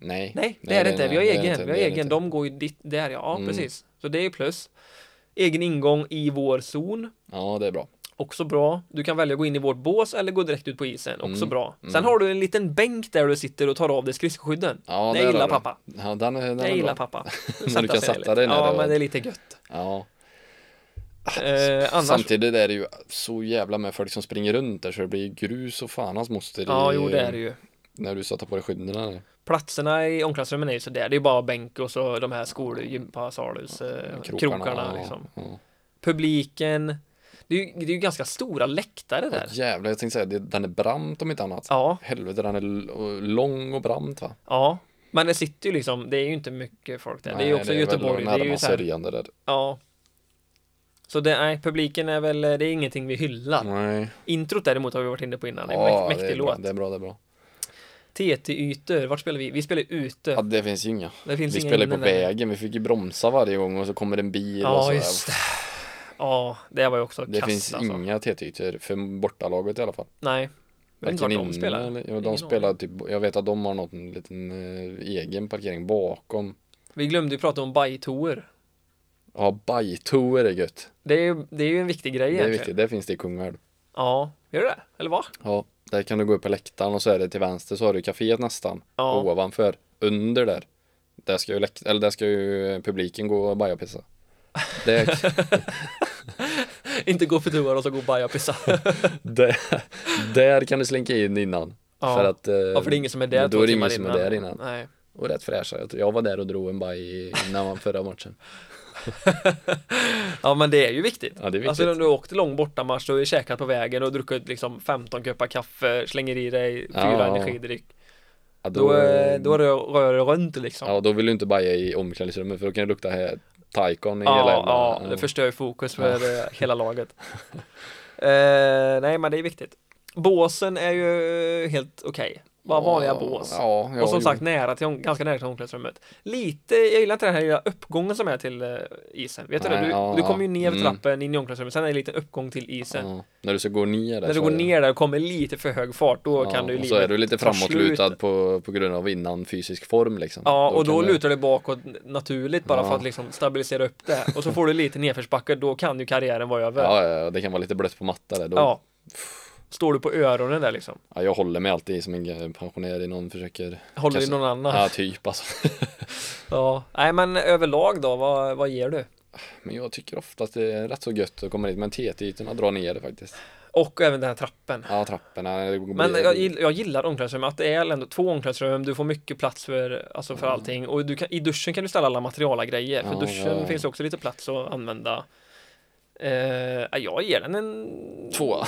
[SPEAKER 2] Nej.
[SPEAKER 1] Nej, det är det inte. Vi har
[SPEAKER 2] nej, det är
[SPEAKER 1] egen.
[SPEAKER 2] inte,
[SPEAKER 1] vi har
[SPEAKER 2] det är det
[SPEAKER 1] egen.
[SPEAKER 2] inte.
[SPEAKER 1] De går ju dit, där ja. Ja,
[SPEAKER 2] Mm.
[SPEAKER 1] precis. Så det är ju plus. Egen ingång i vår zon.
[SPEAKER 2] Ja, det är bra.
[SPEAKER 1] Också bra. Du kan välja att gå in i vårt bås eller gå direkt ut på isen. Också
[SPEAKER 2] Mm.
[SPEAKER 1] bra. Sen
[SPEAKER 2] Mm.
[SPEAKER 1] har du en liten bänk där du sitter och tar av dig skridskoskydden.
[SPEAKER 2] Ja,
[SPEAKER 1] det
[SPEAKER 2] där har
[SPEAKER 1] gillar
[SPEAKER 2] du.
[SPEAKER 1] pappa.
[SPEAKER 2] Ja, den är, den
[SPEAKER 1] Det
[SPEAKER 2] är
[SPEAKER 1] gillar
[SPEAKER 2] bra.
[SPEAKER 1] pappa.
[SPEAKER 2] Men du kan
[SPEAKER 1] sig ner
[SPEAKER 2] sätta
[SPEAKER 1] lite.
[SPEAKER 2] dig ner
[SPEAKER 1] Ja,
[SPEAKER 2] där.
[SPEAKER 1] men det är lite gött.
[SPEAKER 2] Ja.
[SPEAKER 1] Eh, annars.
[SPEAKER 2] Samtidigt är det ju så jävla med folk som springer runt där så det blir grus och fan hans moster
[SPEAKER 1] Ja,
[SPEAKER 2] i-
[SPEAKER 1] jo det är det ju.
[SPEAKER 2] När du satte på dig skydden där.
[SPEAKER 1] Platserna i omklädningsrummen är ju sådär. Det är bara bänk och så de här skol, gympa, salus, eh, krokarna,
[SPEAKER 2] ja,
[SPEAKER 1] liksom.
[SPEAKER 2] ja.
[SPEAKER 1] Publiken. Det är ju, det är ju ganska stora läktare
[SPEAKER 2] Ja,
[SPEAKER 1] där.
[SPEAKER 2] jävlar, jag tänkte säga det, den är brant om inte annat.
[SPEAKER 1] Ja,
[SPEAKER 2] Helvete, den är l- och lång och brant va?
[SPEAKER 1] ja. Men det sitter ju liksom, det är ju inte mycket folk där. det är ju
[SPEAKER 2] Nej,
[SPEAKER 1] också
[SPEAKER 2] väl
[SPEAKER 1] Göteborg. Det är ju
[SPEAKER 2] närmast
[SPEAKER 1] så här,
[SPEAKER 2] sörjande där.
[SPEAKER 1] ja. Så det, nej, publiken är väl, det är ingenting vi hyllar.
[SPEAKER 2] Nej.
[SPEAKER 1] Introt däremot har vi varit inne på innan. Det är en
[SPEAKER 2] Mm. Ja,
[SPEAKER 1] mäkt- mäktig
[SPEAKER 2] det är bra,
[SPEAKER 1] låt.
[SPEAKER 2] det är bra, det är bra.
[SPEAKER 1] TT-ytor, vart spelar vi? Vi spelar ute.
[SPEAKER 2] Ja, det finns ju inga.
[SPEAKER 1] det finns
[SPEAKER 2] Vi
[SPEAKER 1] ingen
[SPEAKER 2] spelar ju på
[SPEAKER 1] inne där.
[SPEAKER 2] vägen, vi fick ju bromsa varje gång och så kommer en bil och
[SPEAKER 1] Ja,
[SPEAKER 2] så.
[SPEAKER 1] just det. Ja, det var ju också
[SPEAKER 2] Det
[SPEAKER 1] kass
[SPEAKER 2] finns
[SPEAKER 1] alltså.
[SPEAKER 2] inga TT-ytor för bortalaget i alla fall.
[SPEAKER 1] Nej. Jag vet inte vart
[SPEAKER 2] Varken
[SPEAKER 1] de
[SPEAKER 2] inne
[SPEAKER 1] spelar.
[SPEAKER 2] eller- Ja,
[SPEAKER 1] Ingen
[SPEAKER 2] de spelar typ, jag vet att de har något, en liten eh, egen parkering bakom.
[SPEAKER 1] Vi glömde ju prata om bajtoer.
[SPEAKER 2] Ja, bajtoer är gött.
[SPEAKER 1] Det är, ju- det är ju en viktig grej
[SPEAKER 2] Det är
[SPEAKER 1] egentligen.
[SPEAKER 2] viktigt, det finns det i Kungälv.
[SPEAKER 1] Ja, gör det? Eller va?
[SPEAKER 2] Ja, där kan du gå upp på läktaren och så är det till vänster så har du kaféet nästan.
[SPEAKER 1] Ja.
[SPEAKER 2] Ovanför, under där. Där ska ju, läkt- eller där ska ju publiken gå och baja och pissa. Det,
[SPEAKER 1] inte gå för toan och så gå och baja och pissa.
[SPEAKER 2] där, där kan du slinka in innan.
[SPEAKER 1] Ja.
[SPEAKER 2] För att, eh,
[SPEAKER 1] Ja, för det är ingen som är där
[SPEAKER 2] då
[SPEAKER 1] två
[SPEAKER 2] är det
[SPEAKER 1] timmar
[SPEAKER 2] ingen som är där innan.
[SPEAKER 1] Nej.
[SPEAKER 2] Och rätt fräscha. Jag, tror- jag var där och drog en baj innan förra matchen.
[SPEAKER 1] Ja, men det är ju viktigt.
[SPEAKER 2] Ja, det är viktigt.
[SPEAKER 1] Alltså om du har åkt lång bortamatch och käkat på vägen och druckit liksom 15 koppar kaffe, slänger i dig fyra
[SPEAKER 2] Ja.
[SPEAKER 1] energidryck.
[SPEAKER 2] Ja,
[SPEAKER 1] Då, eh, då rör rör det runt liksom.
[SPEAKER 2] ja, då vill du inte baja i omklädningsrummet för då kan det lukta här, taikon i hela
[SPEAKER 1] Ja,
[SPEAKER 2] jävla-
[SPEAKER 1] ja, det förstör ju fokus för eh, hela laget. Eh, nej, men det är viktigt. Båsen är ju helt okej. Bara vanliga bås.
[SPEAKER 2] Ja, ja,
[SPEAKER 1] och som
[SPEAKER 2] jo.
[SPEAKER 1] sagt nära till, om- ganska nära till omklädningsrummet. Lite, jag gillar inte den här lilla uppgången som är till eh, isen. Vet du
[SPEAKER 2] Nej,
[SPEAKER 1] det? Du,
[SPEAKER 2] ja,
[SPEAKER 1] du kommer ju ner för
[SPEAKER 2] mm.
[SPEAKER 1] trappen in i omklädningsrummet, sen är det en liten uppgång till isen.
[SPEAKER 2] Ja, när du ska gå ner där
[SPEAKER 1] När du
[SPEAKER 2] så
[SPEAKER 1] går
[SPEAKER 2] är det-
[SPEAKER 1] ner där och kommer lite för hög fart, då kan du ju
[SPEAKER 2] och så är
[SPEAKER 1] livet
[SPEAKER 2] du lite
[SPEAKER 1] ta slut.
[SPEAKER 2] framåtlutad på, på grund av innan fysisk form liksom.
[SPEAKER 1] Ja, och
[SPEAKER 2] kan
[SPEAKER 1] då
[SPEAKER 2] du-
[SPEAKER 1] lutar det bakåt naturligt bara för
[SPEAKER 2] Ja.
[SPEAKER 1] att liksom stabilisera upp det. Och så får du lite nedförsbacke, då kan ju karriären vara över.
[SPEAKER 2] Ja, ja, ja, det kan vara lite blött på matta där. Då,
[SPEAKER 1] Ja. Står du på öronen där liksom?
[SPEAKER 2] Ja, jag håller mig alltid som en pensionär i någon försöker
[SPEAKER 1] Håller i
[SPEAKER 2] Kanske-
[SPEAKER 1] någon annan?
[SPEAKER 2] Ja,
[SPEAKER 1] Ja.
[SPEAKER 2] typ alltså.
[SPEAKER 1] Nej men överlag då, vad, vad ger du?
[SPEAKER 2] Men jag tycker ofta att det är rätt så gött att komma dit. Men TT-ytorna drar ner det faktiskt.
[SPEAKER 1] Och även den här trappen.
[SPEAKER 2] Ja, trapporna. det går-
[SPEAKER 1] Men
[SPEAKER 2] blir-
[SPEAKER 1] jag, gill- jag gillar omklädningsrum, att det är ändå två omklädningsrum, du får mycket plats för, alltså för allting och du kan, i duschen kan du ställa alla materiala grejer för
[SPEAKER 2] Mm. Ja,
[SPEAKER 1] duschen
[SPEAKER 2] ja.
[SPEAKER 1] finns också lite plats att använda. Eh, ja, jag ger den en...
[SPEAKER 2] Tvåa.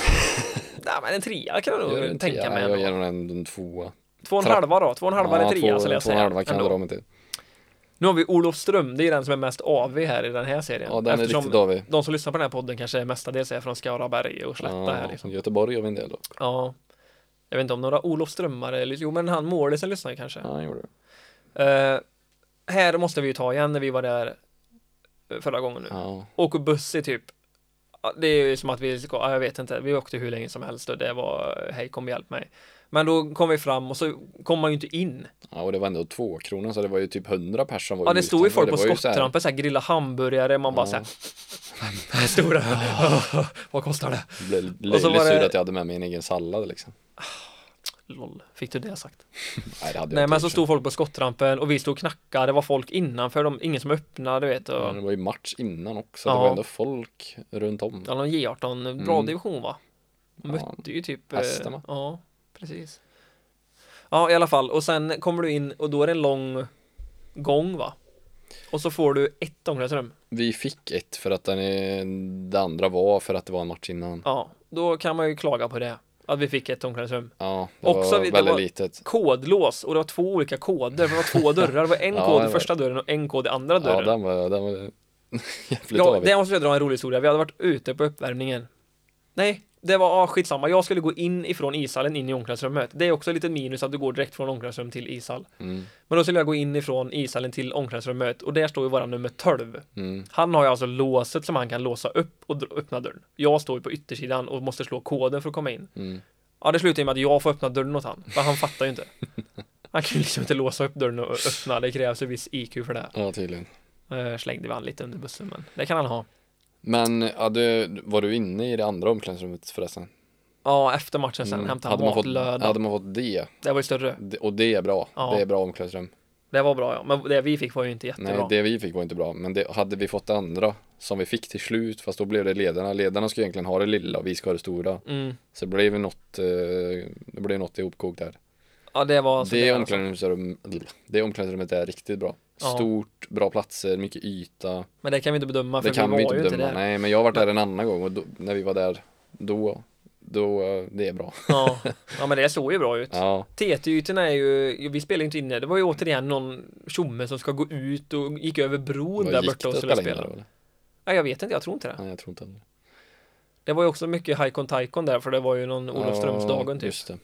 [SPEAKER 1] Nej, men en trea kan jag
[SPEAKER 2] Jag
[SPEAKER 1] nog
[SPEAKER 2] gör en
[SPEAKER 1] tänka
[SPEAKER 2] trea.
[SPEAKER 1] mig.
[SPEAKER 2] Jag
[SPEAKER 1] ändå.
[SPEAKER 2] ger nog en, en tvåa.
[SPEAKER 1] Två och en
[SPEAKER 2] Trapp-
[SPEAKER 1] halva då, två och en halva eller trea
[SPEAKER 2] två,
[SPEAKER 1] skulle jag
[SPEAKER 2] två och
[SPEAKER 1] säga.
[SPEAKER 2] en halva kan
[SPEAKER 1] ändå.
[SPEAKER 2] jag dra mig till.
[SPEAKER 1] Nu har vi Olofström, det är den som är mest AV här i den här serien.
[SPEAKER 2] Ja, den är
[SPEAKER 1] Eftersom
[SPEAKER 2] riktigt avig.
[SPEAKER 1] de som lyssnar på den här podden kanske mestadels är från Skaraberg och Slätta
[SPEAKER 2] Ja,
[SPEAKER 1] här liksom.
[SPEAKER 2] Göteborg gör vi en del då.
[SPEAKER 1] Ja. Jag vet inte om några Olofströmmare eller, jo men han målisen lyssnar ju kanske.
[SPEAKER 2] Ja, han gjorde det.
[SPEAKER 1] Eh, här måste vi ju ta igen när vi var där eh, förra gången nu.
[SPEAKER 2] Ja.
[SPEAKER 1] Åker buss är typ ja, det är ju som att vi ska, ja, jag vet inte, vi åkte hur länge som helst och det var hej kom hjälp mig. Men då kom vi fram och så kom man ju inte in.
[SPEAKER 2] ja, och det var ändå två kronor så det var ju typ hundra personer som var
[SPEAKER 1] Ja det stod ju
[SPEAKER 2] utanför.
[SPEAKER 1] folk på
[SPEAKER 2] Det var ju så här-
[SPEAKER 1] skottrampen såhär grilla hamburgare, man bara såhär
[SPEAKER 2] Ja.
[SPEAKER 1] Här stod det, vad kostar det?
[SPEAKER 2] Jag blev
[SPEAKER 1] Och så var
[SPEAKER 2] löjligt sur
[SPEAKER 1] det-
[SPEAKER 2] att jag hade med mig en egen sallad liksom.
[SPEAKER 1] Lol, fick du det sagt?
[SPEAKER 2] Nej, det hade jag
[SPEAKER 1] Nej
[SPEAKER 2] inte
[SPEAKER 1] men
[SPEAKER 2] gjort,
[SPEAKER 1] så stod folk på skottrampen och vi stod och knackade, det var folk innanför dem, ingen som öppnade du vet och
[SPEAKER 2] Men det var ju match innan också.
[SPEAKER 1] Ja.
[SPEAKER 2] Det var ändå folk runt om.
[SPEAKER 1] Ja, någon J18, bra
[SPEAKER 2] Mm.
[SPEAKER 1] division va? De
[SPEAKER 2] Ja,
[SPEAKER 1] Mötte ju typ eh,
[SPEAKER 2] hästen, va?
[SPEAKER 1] Ja, precis Ja, i alla fall, och sen kommer du in och då är det en lång gång va? Och så får du ett omklädningsrum
[SPEAKER 2] Vi fick ett för att den är, det andra var för att det var en match innan.
[SPEAKER 1] Ja, då kan man ju klaga på det Att vi fick ett omklädningsrum
[SPEAKER 2] Ja, det
[SPEAKER 1] Också
[SPEAKER 2] var
[SPEAKER 1] vi- det
[SPEAKER 2] väldigt
[SPEAKER 1] var-
[SPEAKER 2] litet.
[SPEAKER 1] Kodlås, och det var två olika koder, för det var två dörrar Det var en
[SPEAKER 2] Ja,
[SPEAKER 1] kod
[SPEAKER 2] det
[SPEAKER 1] i
[SPEAKER 2] var-
[SPEAKER 1] första dörren och en kod i andra
[SPEAKER 2] Ja,
[SPEAKER 1] dörren
[SPEAKER 2] den var, den var jävligt
[SPEAKER 1] Ja,
[SPEAKER 2] avig.
[SPEAKER 1] det måste jag dra en rolig historia. Vi hade varit ute på uppvärmningen. Nej, det var ah, skitsamma. Jag skulle gå in ifrån ishallen in i omklädningsrummet. Det är också lite minus att du går direkt från omklädningsrum till ishall.
[SPEAKER 2] Mm,
[SPEAKER 1] Men då skulle jag gå in ifrån ishallen till omklädningsrummet och där står ju våran nummer 12.
[SPEAKER 2] mm.
[SPEAKER 1] Han har ju alltså låset som han kan låsa upp och dra- öppna dörren. Jag står ju på yttersidan och måste slå koden för att komma in.
[SPEAKER 2] Mm.
[SPEAKER 1] Ja, det slutar ju med att jag får öppna dörren åt han, för han fattar ju inte. Han kan ju liksom inte låsa upp dörren och öppna. Det krävs ju viss IQ för det.
[SPEAKER 2] Ja, tydligen.
[SPEAKER 1] Eh, Slängde vi han lite under bussen, men det kan han ha.
[SPEAKER 2] Men ja, du, var du inne i det andra omklädningsrummet förresten?
[SPEAKER 1] Ja, efter matchen sen hämtade han
[SPEAKER 2] Mm, hade man fått,
[SPEAKER 1] matlöda.
[SPEAKER 2] hade man fått det,
[SPEAKER 1] Det var ju större.
[SPEAKER 2] det- och det är bra,
[SPEAKER 1] Ja.
[SPEAKER 2] det är bra omklädningsrum.
[SPEAKER 1] Det var bra ja, men det vi fick var ju inte jättebra.
[SPEAKER 2] Nej, det vi fick var inte bra, men det, hade vi fått det andra som vi fick till slut, fast då blev det ledarna. Ledarna ska egentligen ha det lilla och vi ska ha det stora.
[SPEAKER 1] Mm.
[SPEAKER 2] Så det blev ju något, eh, det blev något ihopkok där.
[SPEAKER 1] Ja, det var alltså
[SPEAKER 2] det,
[SPEAKER 1] alltså.
[SPEAKER 2] omklädningsrum, det omklädningsrummet är riktigt bra.
[SPEAKER 1] Ja.
[SPEAKER 2] Stort, bra platser, mycket yta.
[SPEAKER 1] Men det kan vi inte bedöma för
[SPEAKER 2] det
[SPEAKER 1] vi
[SPEAKER 2] kan
[SPEAKER 1] var
[SPEAKER 2] vi inte
[SPEAKER 1] ju
[SPEAKER 2] bedöma.
[SPEAKER 1] inte där.
[SPEAKER 2] Nej, men jag har varit där en annan gång och då, när vi var där då, då, eh, det är bra.
[SPEAKER 1] Ja. ja, men det såg ju bra ut.
[SPEAKER 2] Ja,
[SPEAKER 1] TT-ytorna är ju, vi spelar ju inte inne, det var ju återigen någon tjomme som ska gå ut och gick över bron
[SPEAKER 2] Vad
[SPEAKER 1] där
[SPEAKER 2] gick
[SPEAKER 1] borta och
[SPEAKER 2] det att
[SPEAKER 1] skulle
[SPEAKER 2] in
[SPEAKER 1] spela.
[SPEAKER 2] där, eller?
[SPEAKER 1] Ja, jag vet inte, jag tror inte det.
[SPEAKER 2] Nej, jag tror inte det.
[SPEAKER 1] Det var ju också mycket Haikon Taikon där för det var ju någon Olofströmsdagen typ.
[SPEAKER 2] Just det.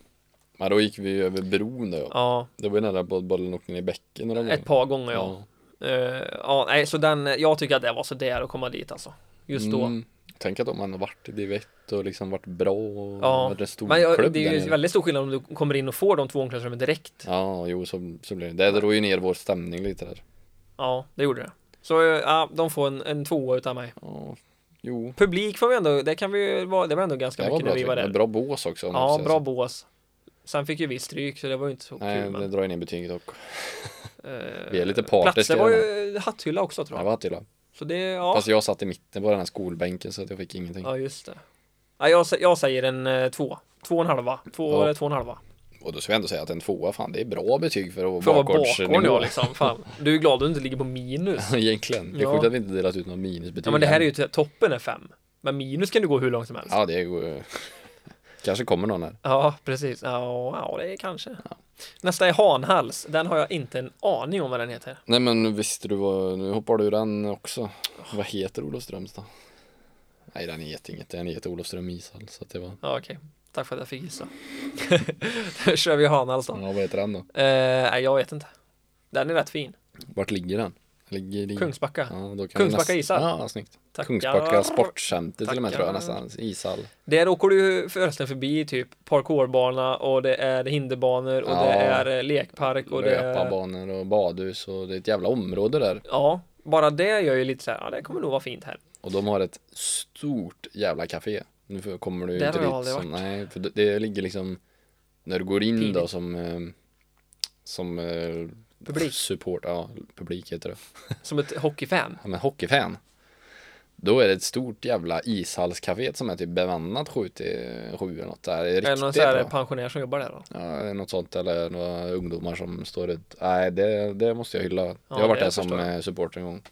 [SPEAKER 2] Ja, då gick vi ju över bron där. Ja.
[SPEAKER 1] Ja,
[SPEAKER 2] Det Mm. var ju nära på att bollen åkte ner i bäcken några gånger.
[SPEAKER 1] ett par gånger ja. Eh, ja, nej, så den, jag tycker att det var så där att komma dit alltså. Just då.
[SPEAKER 2] Mm. Tänk att om man har varit i div 1 och liksom varit bra och
[SPEAKER 1] Ja,
[SPEAKER 2] varit en stor
[SPEAKER 1] Men jag,
[SPEAKER 2] klubb
[SPEAKER 1] det är
[SPEAKER 2] där
[SPEAKER 1] ju
[SPEAKER 2] nere.
[SPEAKER 1] väldigt stor skillnad om du kommer in och får de två omklädningsrummen direkt. Ja.
[SPEAKER 2] Ja, jo, så, så blir det. Det drog ju ner vår stämning lite där.
[SPEAKER 1] det gjorde det. Så eh, ja, de får en, en tvåa utav mig.
[SPEAKER 2] Ja, jo.
[SPEAKER 1] Publik får vi ändå, det kan vi ju vara, det var ändå ganska
[SPEAKER 2] Det var
[SPEAKER 1] mycket
[SPEAKER 2] bra,
[SPEAKER 1] när vi var
[SPEAKER 2] tycker jag.
[SPEAKER 1] där.
[SPEAKER 2] bra bås också. om man
[SPEAKER 1] Ja,
[SPEAKER 2] säger
[SPEAKER 1] bra
[SPEAKER 2] så.
[SPEAKER 1] bås. Sen fick ju vi stryk så det var ju inte så
[SPEAKER 2] Nej,
[SPEAKER 1] kul.
[SPEAKER 2] det
[SPEAKER 1] Men,
[SPEAKER 2] drar ju ner betyget också.
[SPEAKER 1] eh,
[SPEAKER 2] vi är lite partiska
[SPEAKER 1] Platser
[SPEAKER 2] i
[SPEAKER 1] var
[SPEAKER 2] den
[SPEAKER 1] ju hatthylla också tror
[SPEAKER 2] Det
[SPEAKER 1] jag.
[SPEAKER 2] var till och med.
[SPEAKER 1] Så det, ja.
[SPEAKER 2] Fast jag satt i mitten på den här skolbänken så att jag fick ingenting.
[SPEAKER 1] Ja, just det. Ja, jag, sä- jag säger en eh, två. Två och en halva. Två
[SPEAKER 2] Ja.
[SPEAKER 1] eller två och en halva.
[SPEAKER 2] Och då ska jag ändå säga att en tvåa, fan det är bra betyg för att vara
[SPEAKER 1] För att vara bakgård
[SPEAKER 2] bakgårdsnivå.
[SPEAKER 1] ja, liksom. Fan. Du är glad att du inte ligger på minus.
[SPEAKER 2] Egentligen. Det är
[SPEAKER 1] Ja.
[SPEAKER 2] sjukt att vi inte delat ut något minusbetyg.
[SPEAKER 1] Ja, men det här
[SPEAKER 2] än.
[SPEAKER 1] är ju, toppen är fem. Men minus kan du gå hur långt som helst.
[SPEAKER 2] Ja, det går ju- eh, Kanske kommer någon här.
[SPEAKER 1] Ja, precis. Ja, ja det är kanske. Nästa är Hanhals. Den har jag inte en aning om vad den heter.
[SPEAKER 2] Nej men visste du vad, nu hoppar du ur den också. Vad heter Olofströms då? Nej den heter inget, den heter Olofström ishall så att det var.
[SPEAKER 1] Ja, okej. Tack för att jag fick gissa. Då kör vi Hanhals då.
[SPEAKER 2] Ja vad heter den då?
[SPEAKER 1] Eh, nej, jag vet inte. Den är rätt fin.
[SPEAKER 2] Vart ligger den? Ligger i...
[SPEAKER 1] Kungsbacka.
[SPEAKER 2] Ja, då kan vi
[SPEAKER 1] Kungsbacka
[SPEAKER 2] nästan-
[SPEAKER 1] ishall.
[SPEAKER 2] Ja, snyggt.
[SPEAKER 1] Tackar.
[SPEAKER 2] Kungsbacka sportcenter till och med tror jag
[SPEAKER 1] Tackar.
[SPEAKER 2] nästan. Ishall.
[SPEAKER 1] Där åker du förresten förbi typ parkourbana och det är hinderbanor och
[SPEAKER 2] Ja.
[SPEAKER 1] det är eh, lekpark och det är...
[SPEAKER 2] Löparbanor och badhus och det är ett jävla område där.
[SPEAKER 1] Ja, bara det gör ju lite så här, ja det kommer nog vara fint här.
[SPEAKER 2] Och de har ett stort jävla café. Nu får- kommer du ju
[SPEAKER 1] Där
[SPEAKER 2] inte
[SPEAKER 1] har jag aldrig
[SPEAKER 2] dit som, nej, för det, det ligger liksom när du går in då
[SPEAKER 1] Tidigt.
[SPEAKER 2] som eh, som eh,
[SPEAKER 1] Publik.
[SPEAKER 2] support, ja, publik heter det.
[SPEAKER 1] Som ett hockeyfan.
[SPEAKER 2] Ja, men hockeyfan. Då är det ett stort jävla ishallscafé som är typ bevannat 7 till 7 eller något där. Det är
[SPEAKER 1] Är det någon
[SPEAKER 2] riktigt
[SPEAKER 1] så här
[SPEAKER 2] bra.
[SPEAKER 1] pensionär som jobbar där då?
[SPEAKER 2] Ja, något sånt eller några ungdomar som står runt. Nej, det, det måste jag hylla. jag har varit
[SPEAKER 1] det
[SPEAKER 2] där som
[SPEAKER 1] förstår jag.
[SPEAKER 2] eh, support en gång.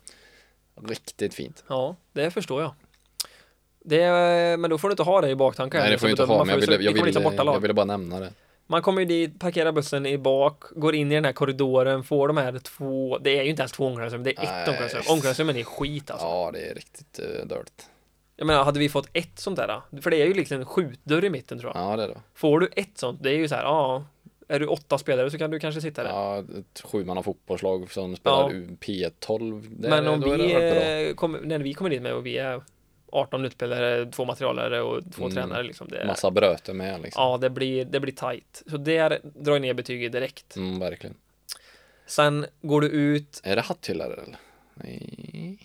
[SPEAKER 2] Riktigt fint.
[SPEAKER 1] Ja, det förstår jag. Det, är- men då får du inte ha det i baktanken.
[SPEAKER 2] Nej, det får jag inte
[SPEAKER 1] Utan
[SPEAKER 2] ha,
[SPEAKER 1] man
[SPEAKER 2] men jag
[SPEAKER 1] får ju-
[SPEAKER 2] ville, jag,
[SPEAKER 1] vi kommer inte ta
[SPEAKER 2] ville,
[SPEAKER 1] bort alla
[SPEAKER 2] jag
[SPEAKER 1] lag.
[SPEAKER 2] ville bara nämna det.
[SPEAKER 1] Man kommer ju dit, parkerar bussen i bak, går in i den här korridoren, får de här två, det är ju inte ens två omklädningsrum, det är ett
[SPEAKER 2] Nej.
[SPEAKER 1] omklädningsrum. Omklädningsrummen är skit alltså.
[SPEAKER 2] Ja, det är riktigt uh, dirt.
[SPEAKER 1] Jag menar, hade vi fått ett sånt där, för det är ju liksom en skjutdörr i mitten tror jag.
[SPEAKER 2] Ja, det är det.
[SPEAKER 1] Får du ett sånt, det är ju så här, ja, är du åtta spelare så kan du kanske sitta där.
[SPEAKER 2] Ja, ett sjumanna fotbollslag som spelar
[SPEAKER 1] Ja.
[SPEAKER 2] P12. Det,
[SPEAKER 1] Men om
[SPEAKER 2] då är
[SPEAKER 1] vi,
[SPEAKER 2] det varit bra.
[SPEAKER 1] eh, kommer- när vi kommer dit med och vi är 18 utspelare, två materialare och två
[SPEAKER 2] Mm.
[SPEAKER 1] tränare liksom. Det,
[SPEAKER 2] Massa bröte med liksom.
[SPEAKER 1] Ja, det blir, det blir tight. Så där drar jag ner betyget direkt.
[SPEAKER 2] Mm, verkligen.
[SPEAKER 1] Sen går du ut,
[SPEAKER 2] Är det hatthyllare eller? Nej.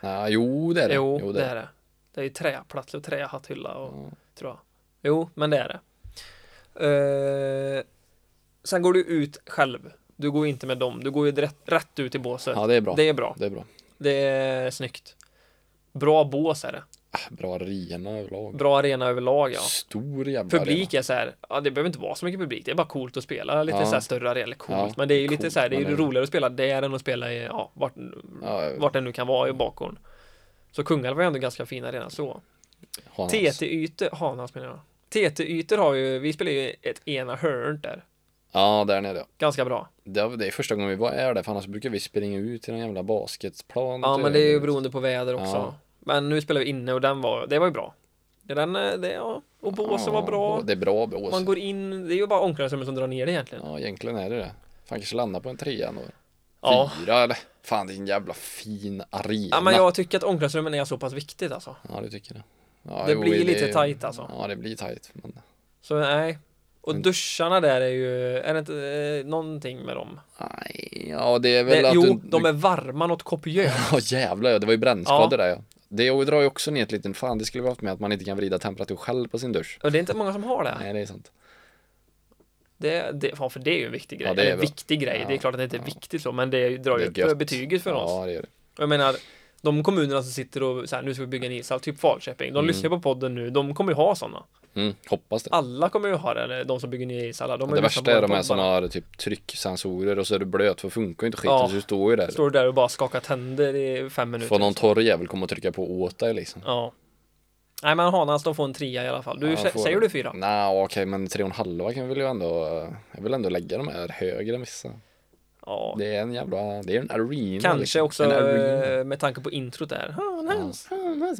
[SPEAKER 2] Nej, jo det Mm. är det.
[SPEAKER 1] jo, det är det. Det är ju träplattor och trähatthylla och
[SPEAKER 2] Ja.
[SPEAKER 1] tror jag. Jo, men det är det. Eh, sen går du ut själv. Du går inte med dem. Du går ju rätt, rätt ut i båset.
[SPEAKER 2] Ja, det är bra.
[SPEAKER 1] Det är bra.
[SPEAKER 2] Det är bra.
[SPEAKER 1] Det är snyggt. Bra bås är det.
[SPEAKER 2] Ah, Bra arena överlag.
[SPEAKER 1] Bra arena överlag, ja.
[SPEAKER 2] Stor jävla
[SPEAKER 1] Publik är så här, ja det behöver inte vara så mycket publik, det är bara coolt att spela lite
[SPEAKER 2] Ja.
[SPEAKER 1] så här större arena, eller coolt.
[SPEAKER 2] Ja,
[SPEAKER 1] men det är ju lite
[SPEAKER 2] coolt,
[SPEAKER 1] så här, det är ju
[SPEAKER 2] men-
[SPEAKER 1] roligare att spela där än att spela i, ja, vart,
[SPEAKER 2] arena. Ja,
[SPEAKER 1] vart det nu kan vara i bakgården. Så Kungälv var ju ändå ganska fin arena så.
[SPEAKER 2] Hanas.
[SPEAKER 1] TT-ytor, Hanans menar jag. TT-ytor har ju, vi spelar ju ett ena hörn där.
[SPEAKER 2] Ja, där nere. ja.
[SPEAKER 1] Ganska bra.
[SPEAKER 2] Det var- det är första gången vi var är där, för annars brukar vi springa ut till den jävla basketplan.
[SPEAKER 1] Ja
[SPEAKER 2] till
[SPEAKER 1] men det är ju
[SPEAKER 2] höger.
[SPEAKER 1] beroende på väder också.
[SPEAKER 2] Ja.
[SPEAKER 1] Men nu spelar vi inne och den var, det var ju bra. Den, eh, det, ja. Och båsen var bra.
[SPEAKER 2] Det är bra bås.
[SPEAKER 1] Man går in, det är ju bara omklädningsrummet som drar ner det egentligen.
[SPEAKER 2] Ja, egentligen är det det. Fan, kanske landa på en trea då.
[SPEAKER 1] Ja.
[SPEAKER 2] Fyra eller? Fan, det är en jävla fin arena.
[SPEAKER 1] Ja men jag tycker att omklädningsrummen är så pass viktigt alltså.
[SPEAKER 2] Ja, du tycker det. Ja,
[SPEAKER 1] Det
[SPEAKER 2] jo,
[SPEAKER 1] blir lite tajt, alltså.
[SPEAKER 2] Ja, det blir tajt. Men
[SPEAKER 1] Så nej. Och
[SPEAKER 2] Men-
[SPEAKER 1] duscharna där är ju, är det inte eh, någonting med dem?
[SPEAKER 2] nej, ja, det är väl
[SPEAKER 1] Det,
[SPEAKER 2] att
[SPEAKER 1] jo,
[SPEAKER 2] du...
[SPEAKER 1] de är varma något kopiöst.
[SPEAKER 2] Ja, jävlar ja, det var ju brännskador där ja. Det drar ju också ner till liten, fan det skulle vi haft med att man inte kan vrida temperatur själv på sin dusch.
[SPEAKER 1] Och det är inte många som har det.
[SPEAKER 2] Nej, det är sant.
[SPEAKER 1] det, det ja, för det är ju en viktig grej.
[SPEAKER 2] Ja, det är
[SPEAKER 1] Eller en
[SPEAKER 2] bra.
[SPEAKER 1] viktig grej. Det är
[SPEAKER 2] Ja,
[SPEAKER 1] klart att det inte är
[SPEAKER 2] ja.
[SPEAKER 1] viktigt så, men det drar
[SPEAKER 2] Det
[SPEAKER 1] ju
[SPEAKER 2] är
[SPEAKER 1] upp
[SPEAKER 2] gött.
[SPEAKER 1] betyget för oss.
[SPEAKER 2] Ja, det gör det.
[SPEAKER 1] Och jag menar, de kommunerna som sitter och så här, nu ska vi bygga en ishall, typ Falköping. De
[SPEAKER 2] Mm.
[SPEAKER 1] lyssnar på podden nu, de kommer ju ha sådana.
[SPEAKER 2] Mm, hoppas det.
[SPEAKER 1] Alla kommer ju ha det, eller de som bygger nya ishallar. De har
[SPEAKER 2] det
[SPEAKER 1] ju lyssnat
[SPEAKER 2] värsta är
[SPEAKER 1] på
[SPEAKER 2] de
[SPEAKER 1] vår
[SPEAKER 2] här
[SPEAKER 1] podd
[SPEAKER 2] som
[SPEAKER 1] bara.
[SPEAKER 2] har typ trycksensorer och så är du blöt för det funkar ju inte skiten
[SPEAKER 1] Ja.
[SPEAKER 2] så du står ju där.
[SPEAKER 1] Står du där och bara skakar tänder i fem minuter.
[SPEAKER 2] Får någon torr jävel komma och trycka på åt dig liksom.
[SPEAKER 1] Ja. Nej men Hanas, de får en trea i alla fall. Du,
[SPEAKER 2] Ja,
[SPEAKER 1] sä-
[SPEAKER 2] får
[SPEAKER 1] säger
[SPEAKER 2] det. Mm.
[SPEAKER 1] du fyra?
[SPEAKER 2] Nej, okej, men tre och en halva kan vi väl ju ändå, jag vill ändå lägga de här högre än vissa.
[SPEAKER 1] Ja.
[SPEAKER 2] Det är en jävla, det är en arena.
[SPEAKER 1] Kanske
[SPEAKER 2] liksom.
[SPEAKER 1] också
[SPEAKER 2] En arena.
[SPEAKER 1] eh, med tanke på introt där. Hanas.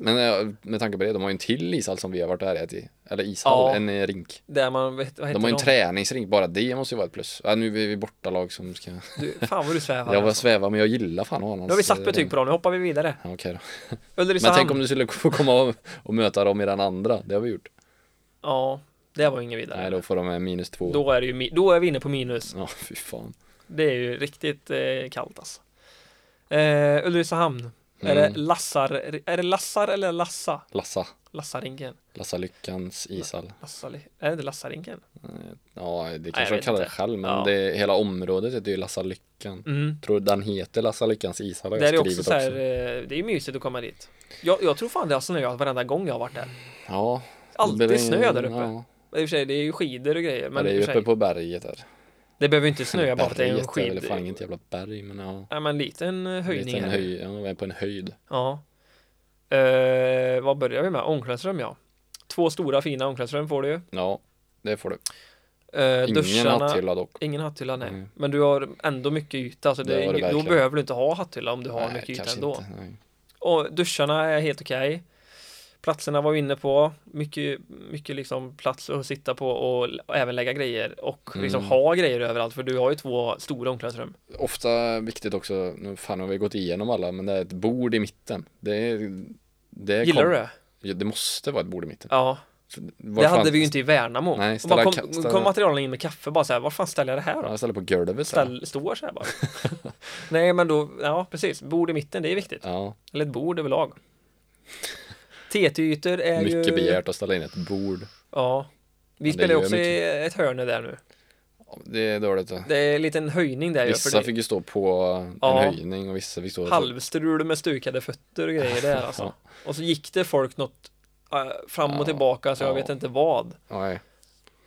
[SPEAKER 2] Men eh, med tanke på det, de har ju en till ishall som vi har varit där i. Eller ishall,
[SPEAKER 1] Ja.
[SPEAKER 2] en eh, rink.
[SPEAKER 1] Där man, vet, vad heter
[SPEAKER 2] De har ju en träningsrink, bara det måste ju vara ett plus. Ja, nu är vi bortalag som ska...
[SPEAKER 1] du, Fan vad du svävar.
[SPEAKER 2] Jag var
[SPEAKER 1] alltså.
[SPEAKER 2] sväva men jag gillar fan honom.
[SPEAKER 1] Nu har vi satt betyg på dem, nu hoppar vi vidare.
[SPEAKER 2] eh, Ja, okej då. Men
[SPEAKER 1] Ulricehamn.
[SPEAKER 2] tänk om du skulle få komma och, och möta dem i den andra, det har vi gjort.
[SPEAKER 1] Ja, det var inget vidare.
[SPEAKER 2] Nej, då får de med minus två.
[SPEAKER 1] Då är, det ju, mi- då är vi inne på minus.
[SPEAKER 2] Ja, fy fan.
[SPEAKER 1] Det är ju riktigt eh, kallt alltså. Eh, Ulricehamn. Är
[SPEAKER 2] Mm.
[SPEAKER 1] det Lassar, är det Lassar eller Lassa?
[SPEAKER 2] Lassa,
[SPEAKER 1] Lassarinken?
[SPEAKER 2] Lassa Lyckans ishall.
[SPEAKER 1] Lassali, är det inte Lassarinken?
[SPEAKER 2] Ja, det
[SPEAKER 1] jag
[SPEAKER 2] kanske de
[SPEAKER 1] vet
[SPEAKER 2] kallar det
[SPEAKER 1] inte.
[SPEAKER 2] själv, men
[SPEAKER 1] Ja.
[SPEAKER 2] det, hela området heter ju Lassa Lyckan.
[SPEAKER 1] Mm.
[SPEAKER 2] Tror du den heter Lassa Lyckans ishall? har
[SPEAKER 1] Det
[SPEAKER 2] jag
[SPEAKER 1] är också
[SPEAKER 2] skrivit
[SPEAKER 1] så här, eh, det är mysigt att komma dit. Jag, jag tror fan det har snöat varenda gång jag har varit där.
[SPEAKER 2] Ja.
[SPEAKER 1] Alltid
[SPEAKER 2] Det-
[SPEAKER 1] snö där uppe.
[SPEAKER 2] Ja,
[SPEAKER 1] Men I och för sig, det är ju skidor och grejer. Men
[SPEAKER 2] det är
[SPEAKER 1] i och
[SPEAKER 2] ju
[SPEAKER 1] för sig,
[SPEAKER 2] uppe på berget där.
[SPEAKER 1] det behöver ju inte snöa bara för att det är en
[SPEAKER 2] Berget är väl
[SPEAKER 1] skid.
[SPEAKER 2] fan inget jävla berg men ja.
[SPEAKER 1] Ja, men liten eh, höjning. är
[SPEAKER 2] Liten
[SPEAKER 1] det.
[SPEAKER 2] höj, ja, vi är på en höjd.
[SPEAKER 1] Ja. Eh, vad börjar vi med? Omklädningsrum ja. Två stora fina omklädningsrum får du ju.
[SPEAKER 2] Ja, det får du.
[SPEAKER 1] Eh,
[SPEAKER 2] Ingen
[SPEAKER 1] duscharna.
[SPEAKER 2] hatthylla dock.
[SPEAKER 1] Ingen hatthylla nej.
[SPEAKER 2] Mm.
[SPEAKER 1] Men du har ändå mycket yta. Så
[SPEAKER 2] Det
[SPEAKER 1] det,
[SPEAKER 2] har du
[SPEAKER 1] då
[SPEAKER 2] verkligen.
[SPEAKER 1] behöver du inte ha hatthylla om du har
[SPEAKER 2] Nej,
[SPEAKER 1] mycket yta
[SPEAKER 2] kanske
[SPEAKER 1] ändå.
[SPEAKER 2] inte, nej.
[SPEAKER 1] Och duscharna är helt okej. Platserna var vi inne på. Mycket, mycket liksom plats att sitta på och l- och även lägga grejer och liksom
[SPEAKER 2] Mm.
[SPEAKER 1] ha grejer överallt för du har ju två stora omklädningsrum.
[SPEAKER 2] Ofta viktigt också, nu fan har vi gått igenom alla, men det är ett bord i mitten. Det är, det
[SPEAKER 1] Gillar du det?
[SPEAKER 2] det? Det måste vara ett bord i mitten.
[SPEAKER 1] Ja,
[SPEAKER 2] Var
[SPEAKER 1] det
[SPEAKER 2] fan-
[SPEAKER 1] hade vi ju inte i Värnamo.
[SPEAKER 2] Nej,
[SPEAKER 1] Och
[SPEAKER 2] ställa
[SPEAKER 1] bara
[SPEAKER 2] ka-
[SPEAKER 1] kom,
[SPEAKER 2] ställa-
[SPEAKER 1] kom materialen in med kaffe bara så här, var fan ställer jag det här då?
[SPEAKER 2] Ja, ställa på golvet. så här.
[SPEAKER 1] Ställ, står så här bara. Nej men då, ja precis, bord i mitten, det är viktigt.
[SPEAKER 2] Ja,
[SPEAKER 1] Eller ett bord överlag. TT-ytor är ju...
[SPEAKER 2] Mycket begärt att ställa in ett bord.
[SPEAKER 1] Ja. Vi
[SPEAKER 2] Ja, det
[SPEAKER 1] spelar ju
[SPEAKER 2] gör
[SPEAKER 1] också i ett hörne där nu.
[SPEAKER 2] Ja, Det är dåligt. va?
[SPEAKER 1] Det är en liten höjning där ju. För
[SPEAKER 2] Vissa
[SPEAKER 1] det
[SPEAKER 2] fick ju stå på en
[SPEAKER 1] Ja.
[SPEAKER 2] höjning och vissa fick stå...
[SPEAKER 1] halvstrul med stukade fötter och grejer där alltså. Och så gick det folk något eh, fram och
[SPEAKER 2] Ja,
[SPEAKER 1] tillbaka så jag
[SPEAKER 2] ja.
[SPEAKER 1] vet inte vad.
[SPEAKER 2] Nej.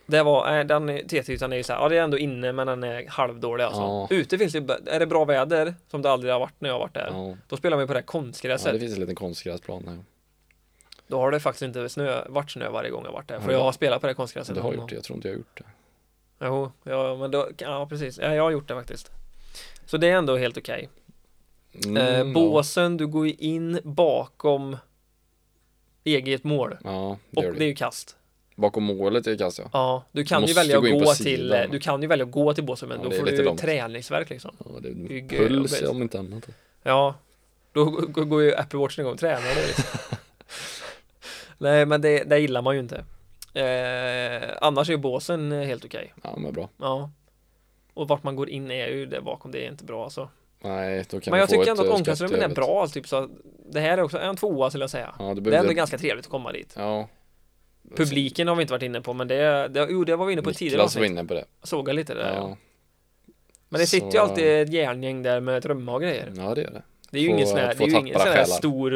[SPEAKER 1] Det var, nej den är- TT-ytan är ju såhär, ja det är ändå inne men den är halvdålig alltså.
[SPEAKER 2] Ja.
[SPEAKER 1] Ute finns det ju, är det bra väder, som det aldrig har varit när jag har varit där,
[SPEAKER 2] Ja.
[SPEAKER 1] då spelar man ju på det här
[SPEAKER 2] Ja,
[SPEAKER 1] konstgräset.
[SPEAKER 2] det finns en liten konstgräsplan här.
[SPEAKER 1] Då har det faktiskt inte snö, varit snö varje gång jag har varit där, för
[SPEAKER 2] Ja,
[SPEAKER 1] jag
[SPEAKER 2] det-
[SPEAKER 1] har spelat på det här konstgräset.
[SPEAKER 2] Du har
[SPEAKER 1] någon
[SPEAKER 2] gjort det, jag tror inte jag har gjort det.
[SPEAKER 1] gång. Jo, ja men då, ja precis, ja, jag har gjort det faktiskt. Så det är ändå helt okej.
[SPEAKER 2] Mm,
[SPEAKER 1] eh,
[SPEAKER 2] ja.
[SPEAKER 1] båsen, du går ju in bakom eget mål.
[SPEAKER 2] Ja, det
[SPEAKER 1] Och
[SPEAKER 2] gör
[SPEAKER 1] det är
[SPEAKER 2] det.
[SPEAKER 1] ju kast.
[SPEAKER 2] Bakom målet är kast ja.
[SPEAKER 1] Ja, du kan ju
[SPEAKER 2] måste
[SPEAKER 1] välja att
[SPEAKER 2] gå in
[SPEAKER 1] gå,
[SPEAKER 2] på
[SPEAKER 1] till,
[SPEAKER 2] sidan.
[SPEAKER 1] du kan ju välja att gå till båsen men
[SPEAKER 2] Ja,
[SPEAKER 1] då
[SPEAKER 2] det är
[SPEAKER 1] får
[SPEAKER 2] lite
[SPEAKER 1] du
[SPEAKER 2] långt.
[SPEAKER 1] träningsvärk liksom.
[SPEAKER 2] ja det
[SPEAKER 1] Det är
[SPEAKER 2] är
[SPEAKER 1] ju
[SPEAKER 2] Mm, puls
[SPEAKER 1] gött.
[SPEAKER 2] om inte annat.
[SPEAKER 1] Ja, då g- g- går ju Apple Watchen igång och tränar det liksom. Nej, men det, det gillar man ju inte. Eh, annars är ju båsen eh, helt okej.
[SPEAKER 2] Ja, men bra.
[SPEAKER 1] Ja. Och vart man går in är ju det bakom, det är inte bra alltså.
[SPEAKER 2] Nej, då kan
[SPEAKER 1] men
[SPEAKER 2] vi
[SPEAKER 1] jag
[SPEAKER 2] få
[SPEAKER 1] tycker
[SPEAKER 2] ett,
[SPEAKER 1] ändå
[SPEAKER 2] eh,
[SPEAKER 1] att omklädningsrummen är
[SPEAKER 2] skatt i övrigt.
[SPEAKER 1] bra, typ så att det här är också en tvåa skulle jag säga.
[SPEAKER 2] Ja, du
[SPEAKER 1] Det är ändå
[SPEAKER 2] behöver...
[SPEAKER 1] ganska trevligt att komma dit.
[SPEAKER 2] Ja.
[SPEAKER 1] Publiken har vi inte varit inne på, men det, det, jo, det var vi inne på i tidigare
[SPEAKER 2] Niklas var
[SPEAKER 1] avsnitt.
[SPEAKER 2] inne på det.
[SPEAKER 1] Såga lite det där. Ja.
[SPEAKER 2] Ja,
[SPEAKER 1] Men det sitter ju
[SPEAKER 2] Så-
[SPEAKER 1] alltid ett järngäng där med trumma och grejer.
[SPEAKER 2] ja det gör det.
[SPEAKER 1] Det är ju
[SPEAKER 2] Få-
[SPEAKER 1] ingen sån här,
[SPEAKER 2] få
[SPEAKER 1] det är ju ingen
[SPEAKER 2] tappra
[SPEAKER 1] sån här
[SPEAKER 2] själar.
[SPEAKER 1] stor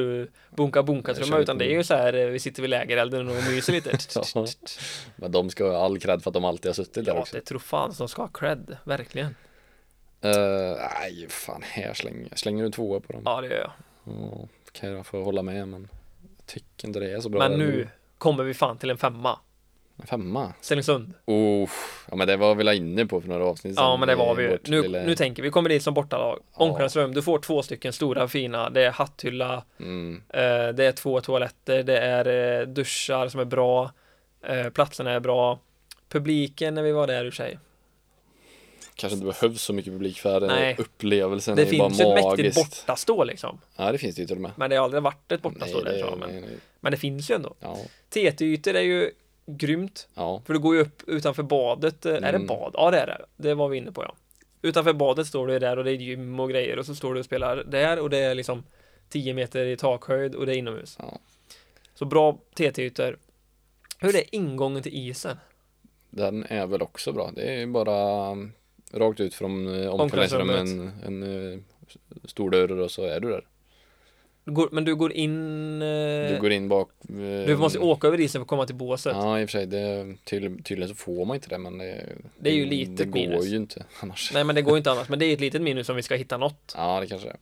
[SPEAKER 1] bunka bunka
[SPEAKER 2] Jag
[SPEAKER 1] trumma
[SPEAKER 2] känner
[SPEAKER 1] utan det är ju så här eh, vi sitter vid lägerelden och myser lite.
[SPEAKER 2] Ja. Men de ska ha all cred för att de alltid har suttit där
[SPEAKER 1] ja,
[SPEAKER 2] också. Mm.
[SPEAKER 1] det tror fan som ska ha cred, verkligen.
[SPEAKER 2] Eh, nej, fan här slänger, slänger du tvåa på dem.
[SPEAKER 1] Ja, det gör jag.
[SPEAKER 2] Ja, kan jag få hålla med men jag tycker inte det är så bra.
[SPEAKER 1] Men nu kommer vi fan till en femma.
[SPEAKER 2] En Femma.
[SPEAKER 1] Stellingsund.
[SPEAKER 2] Oh, ja men det var vi la inne på för några avsnitt
[SPEAKER 1] Ja,
[SPEAKER 2] sedan
[SPEAKER 1] men det var
[SPEAKER 2] i
[SPEAKER 1] vi ju.
[SPEAKER 2] vårt
[SPEAKER 1] Nu,
[SPEAKER 2] lilla-
[SPEAKER 1] nu tänker vi, vi kommer dit som bortalag.
[SPEAKER 2] Ja.
[SPEAKER 1] Omklädningsrum, du får två stycken stora fina. Det är hatthylla,
[SPEAKER 2] mm,
[SPEAKER 1] Eh, Det är två toaletter, det är eh, duschar som är bra, eh, platserna är bra. Publiken när vi var där i och för sig.
[SPEAKER 2] kanske inte behövs så mycket publik för
[SPEAKER 1] Nej.
[SPEAKER 2] Nej. upplevelsen
[SPEAKER 1] Det
[SPEAKER 2] är ju bara
[SPEAKER 1] finns ju ett
[SPEAKER 2] magisk.
[SPEAKER 1] mäktigt bortastå liksom.
[SPEAKER 2] Ja, det finns det ju till och med.
[SPEAKER 1] Men det har aldrig varit ett
[SPEAKER 2] Nej,
[SPEAKER 1] bortastå där tror
[SPEAKER 2] det,
[SPEAKER 1] jag. Men,
[SPEAKER 2] nej, nej.
[SPEAKER 1] men det finns ju ändå.
[SPEAKER 2] Ja,
[SPEAKER 1] TT-ytor är ju grymt.
[SPEAKER 2] ja,
[SPEAKER 1] För du går ju upp utanför badet. Eh, Är det
[SPEAKER 2] Mm.
[SPEAKER 1] bad? Ja det är det. Det var vi inne på ja. Utanför badet står du där och det är gym och grejer och så står du och spelar där och det är liksom 10 meter i takhöjd och det är inomhus.
[SPEAKER 2] Ja.
[SPEAKER 1] Så bra TT-ytor. Hur är ingången till isen?
[SPEAKER 2] den är väl också bra. Det är ju bara um, rakt ut från eh, omklädningsrummet, en, en eh, stor dörr och så är du där.
[SPEAKER 1] Du går, men du går in... eh,
[SPEAKER 2] Du går in bak. eh,
[SPEAKER 1] du måste åka över isen för att komma till båset.
[SPEAKER 2] Ja, i och för sig. Det, tydligen, tydligen så får man inte det, men det,
[SPEAKER 1] Det är ju
[SPEAKER 2] Det
[SPEAKER 1] lite
[SPEAKER 2] går
[SPEAKER 1] minus.
[SPEAKER 2] ju inte annars.
[SPEAKER 1] Nej men det går ju inte annars, men det är ett litet minus om vi ska hitta något.
[SPEAKER 2] Ja, det kanske är.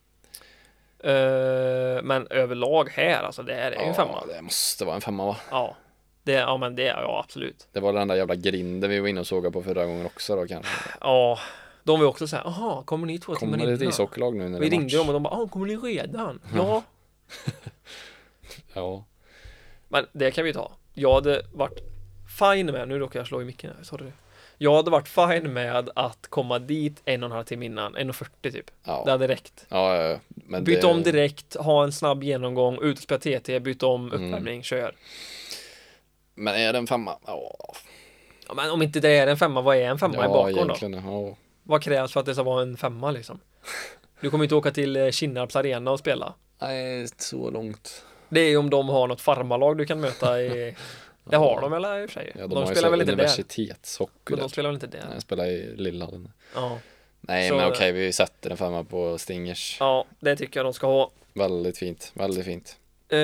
[SPEAKER 1] Eh, men överlag här alltså, det här är ju en femma.
[SPEAKER 2] Ja, det måste vara en femma va?
[SPEAKER 1] Ja. Det, ja men det, ja absolut.
[SPEAKER 2] Det var den där jävla grinden vi var inne och sågade på förra gången också då kanske.
[SPEAKER 1] Ja. De var ju också såhär, jaha, kommer ni två timmar
[SPEAKER 2] Kommer det ett
[SPEAKER 1] innan?
[SPEAKER 2] ishockeylag nu när
[SPEAKER 1] Vi
[SPEAKER 2] det är
[SPEAKER 1] ringde
[SPEAKER 2] match?
[SPEAKER 1] dem och de bara, ah, kommer ni redan? Ja.
[SPEAKER 2] Ja.
[SPEAKER 1] Men det kan vi ta. Jag hade varit fine med, nu råkar jag slå i micken här, sorry. Jag hade varit fine med att komma dit en och en halv timme innan, 1.40 typ. Det
[SPEAKER 2] Ja.
[SPEAKER 1] hade räckt.
[SPEAKER 2] Ja, ja, ja. Men
[SPEAKER 1] Byt
[SPEAKER 2] det-
[SPEAKER 1] om direkt, ha en snabb genomgång, ut och spela TT, byt om
[SPEAKER 2] Mm.
[SPEAKER 1] uppvärmning, kör.
[SPEAKER 2] Men är det en femma? Ja.
[SPEAKER 1] Ja, men om inte det är en femma, vad är en femma i bakom då?
[SPEAKER 2] egentligen. Ja.
[SPEAKER 1] Vad krävs för att det ska vara en femma liksom? Du kommer inte åka till eh, Kinnarps arena och spela.
[SPEAKER 2] Nej, så långt.
[SPEAKER 1] Det är ju om de har något farmarlag du kan möta i... Det har de eller i och för sig?
[SPEAKER 2] Ja, de,
[SPEAKER 1] de,
[SPEAKER 2] har ju
[SPEAKER 1] spelar
[SPEAKER 2] så
[SPEAKER 1] väl inte där?
[SPEAKER 2] universitetshockey
[SPEAKER 1] Men de
[SPEAKER 2] där.
[SPEAKER 1] spelar väl inte där?
[SPEAKER 2] Nej, de spelar i Lillhallen.
[SPEAKER 1] Ja.
[SPEAKER 2] Nej,
[SPEAKER 1] Så-
[SPEAKER 2] men okej, vi sätter en femma på Stingers.
[SPEAKER 1] ja, det tycker jag de ska ha.
[SPEAKER 2] Väldigt fint, väldigt fint.
[SPEAKER 1] Eh,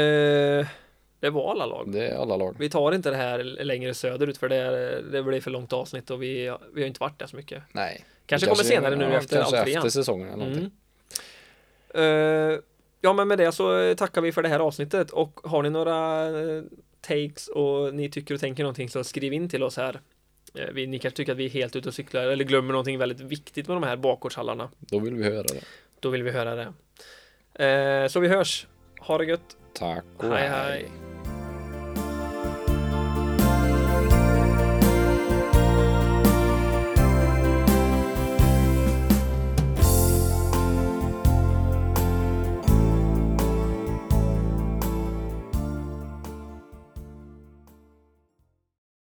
[SPEAKER 1] det var alla lag.
[SPEAKER 2] Det är alla lag.
[SPEAKER 1] Vi tar inte det här längre söderut för det, är- det blir för långt avsnitt och vi, vi har inte varit där så mycket.
[SPEAKER 2] Nej.
[SPEAKER 1] Kanske,
[SPEAKER 2] Det
[SPEAKER 1] kommer senare nu
[SPEAKER 2] ja,
[SPEAKER 1] efter
[SPEAKER 2] kanske
[SPEAKER 1] allt igen.
[SPEAKER 2] efter säsongen eller någonting.
[SPEAKER 1] Mm. Eh, ja men med det så eh, tackar vi för det här avsnittet och har ni några eh, takes och ni tycker och tänker någonting så skriv in till oss här. Eh, vi, ni kanske tycker att vi är helt ute och cyklar eller glömmer någonting väldigt viktigt med de här bakgårdshallarna.
[SPEAKER 2] Då vill vi höra det.
[SPEAKER 1] Då vill vi höra det. Eh, så vi hörs. Ha det gött.
[SPEAKER 2] Tack och
[SPEAKER 1] Hej hej.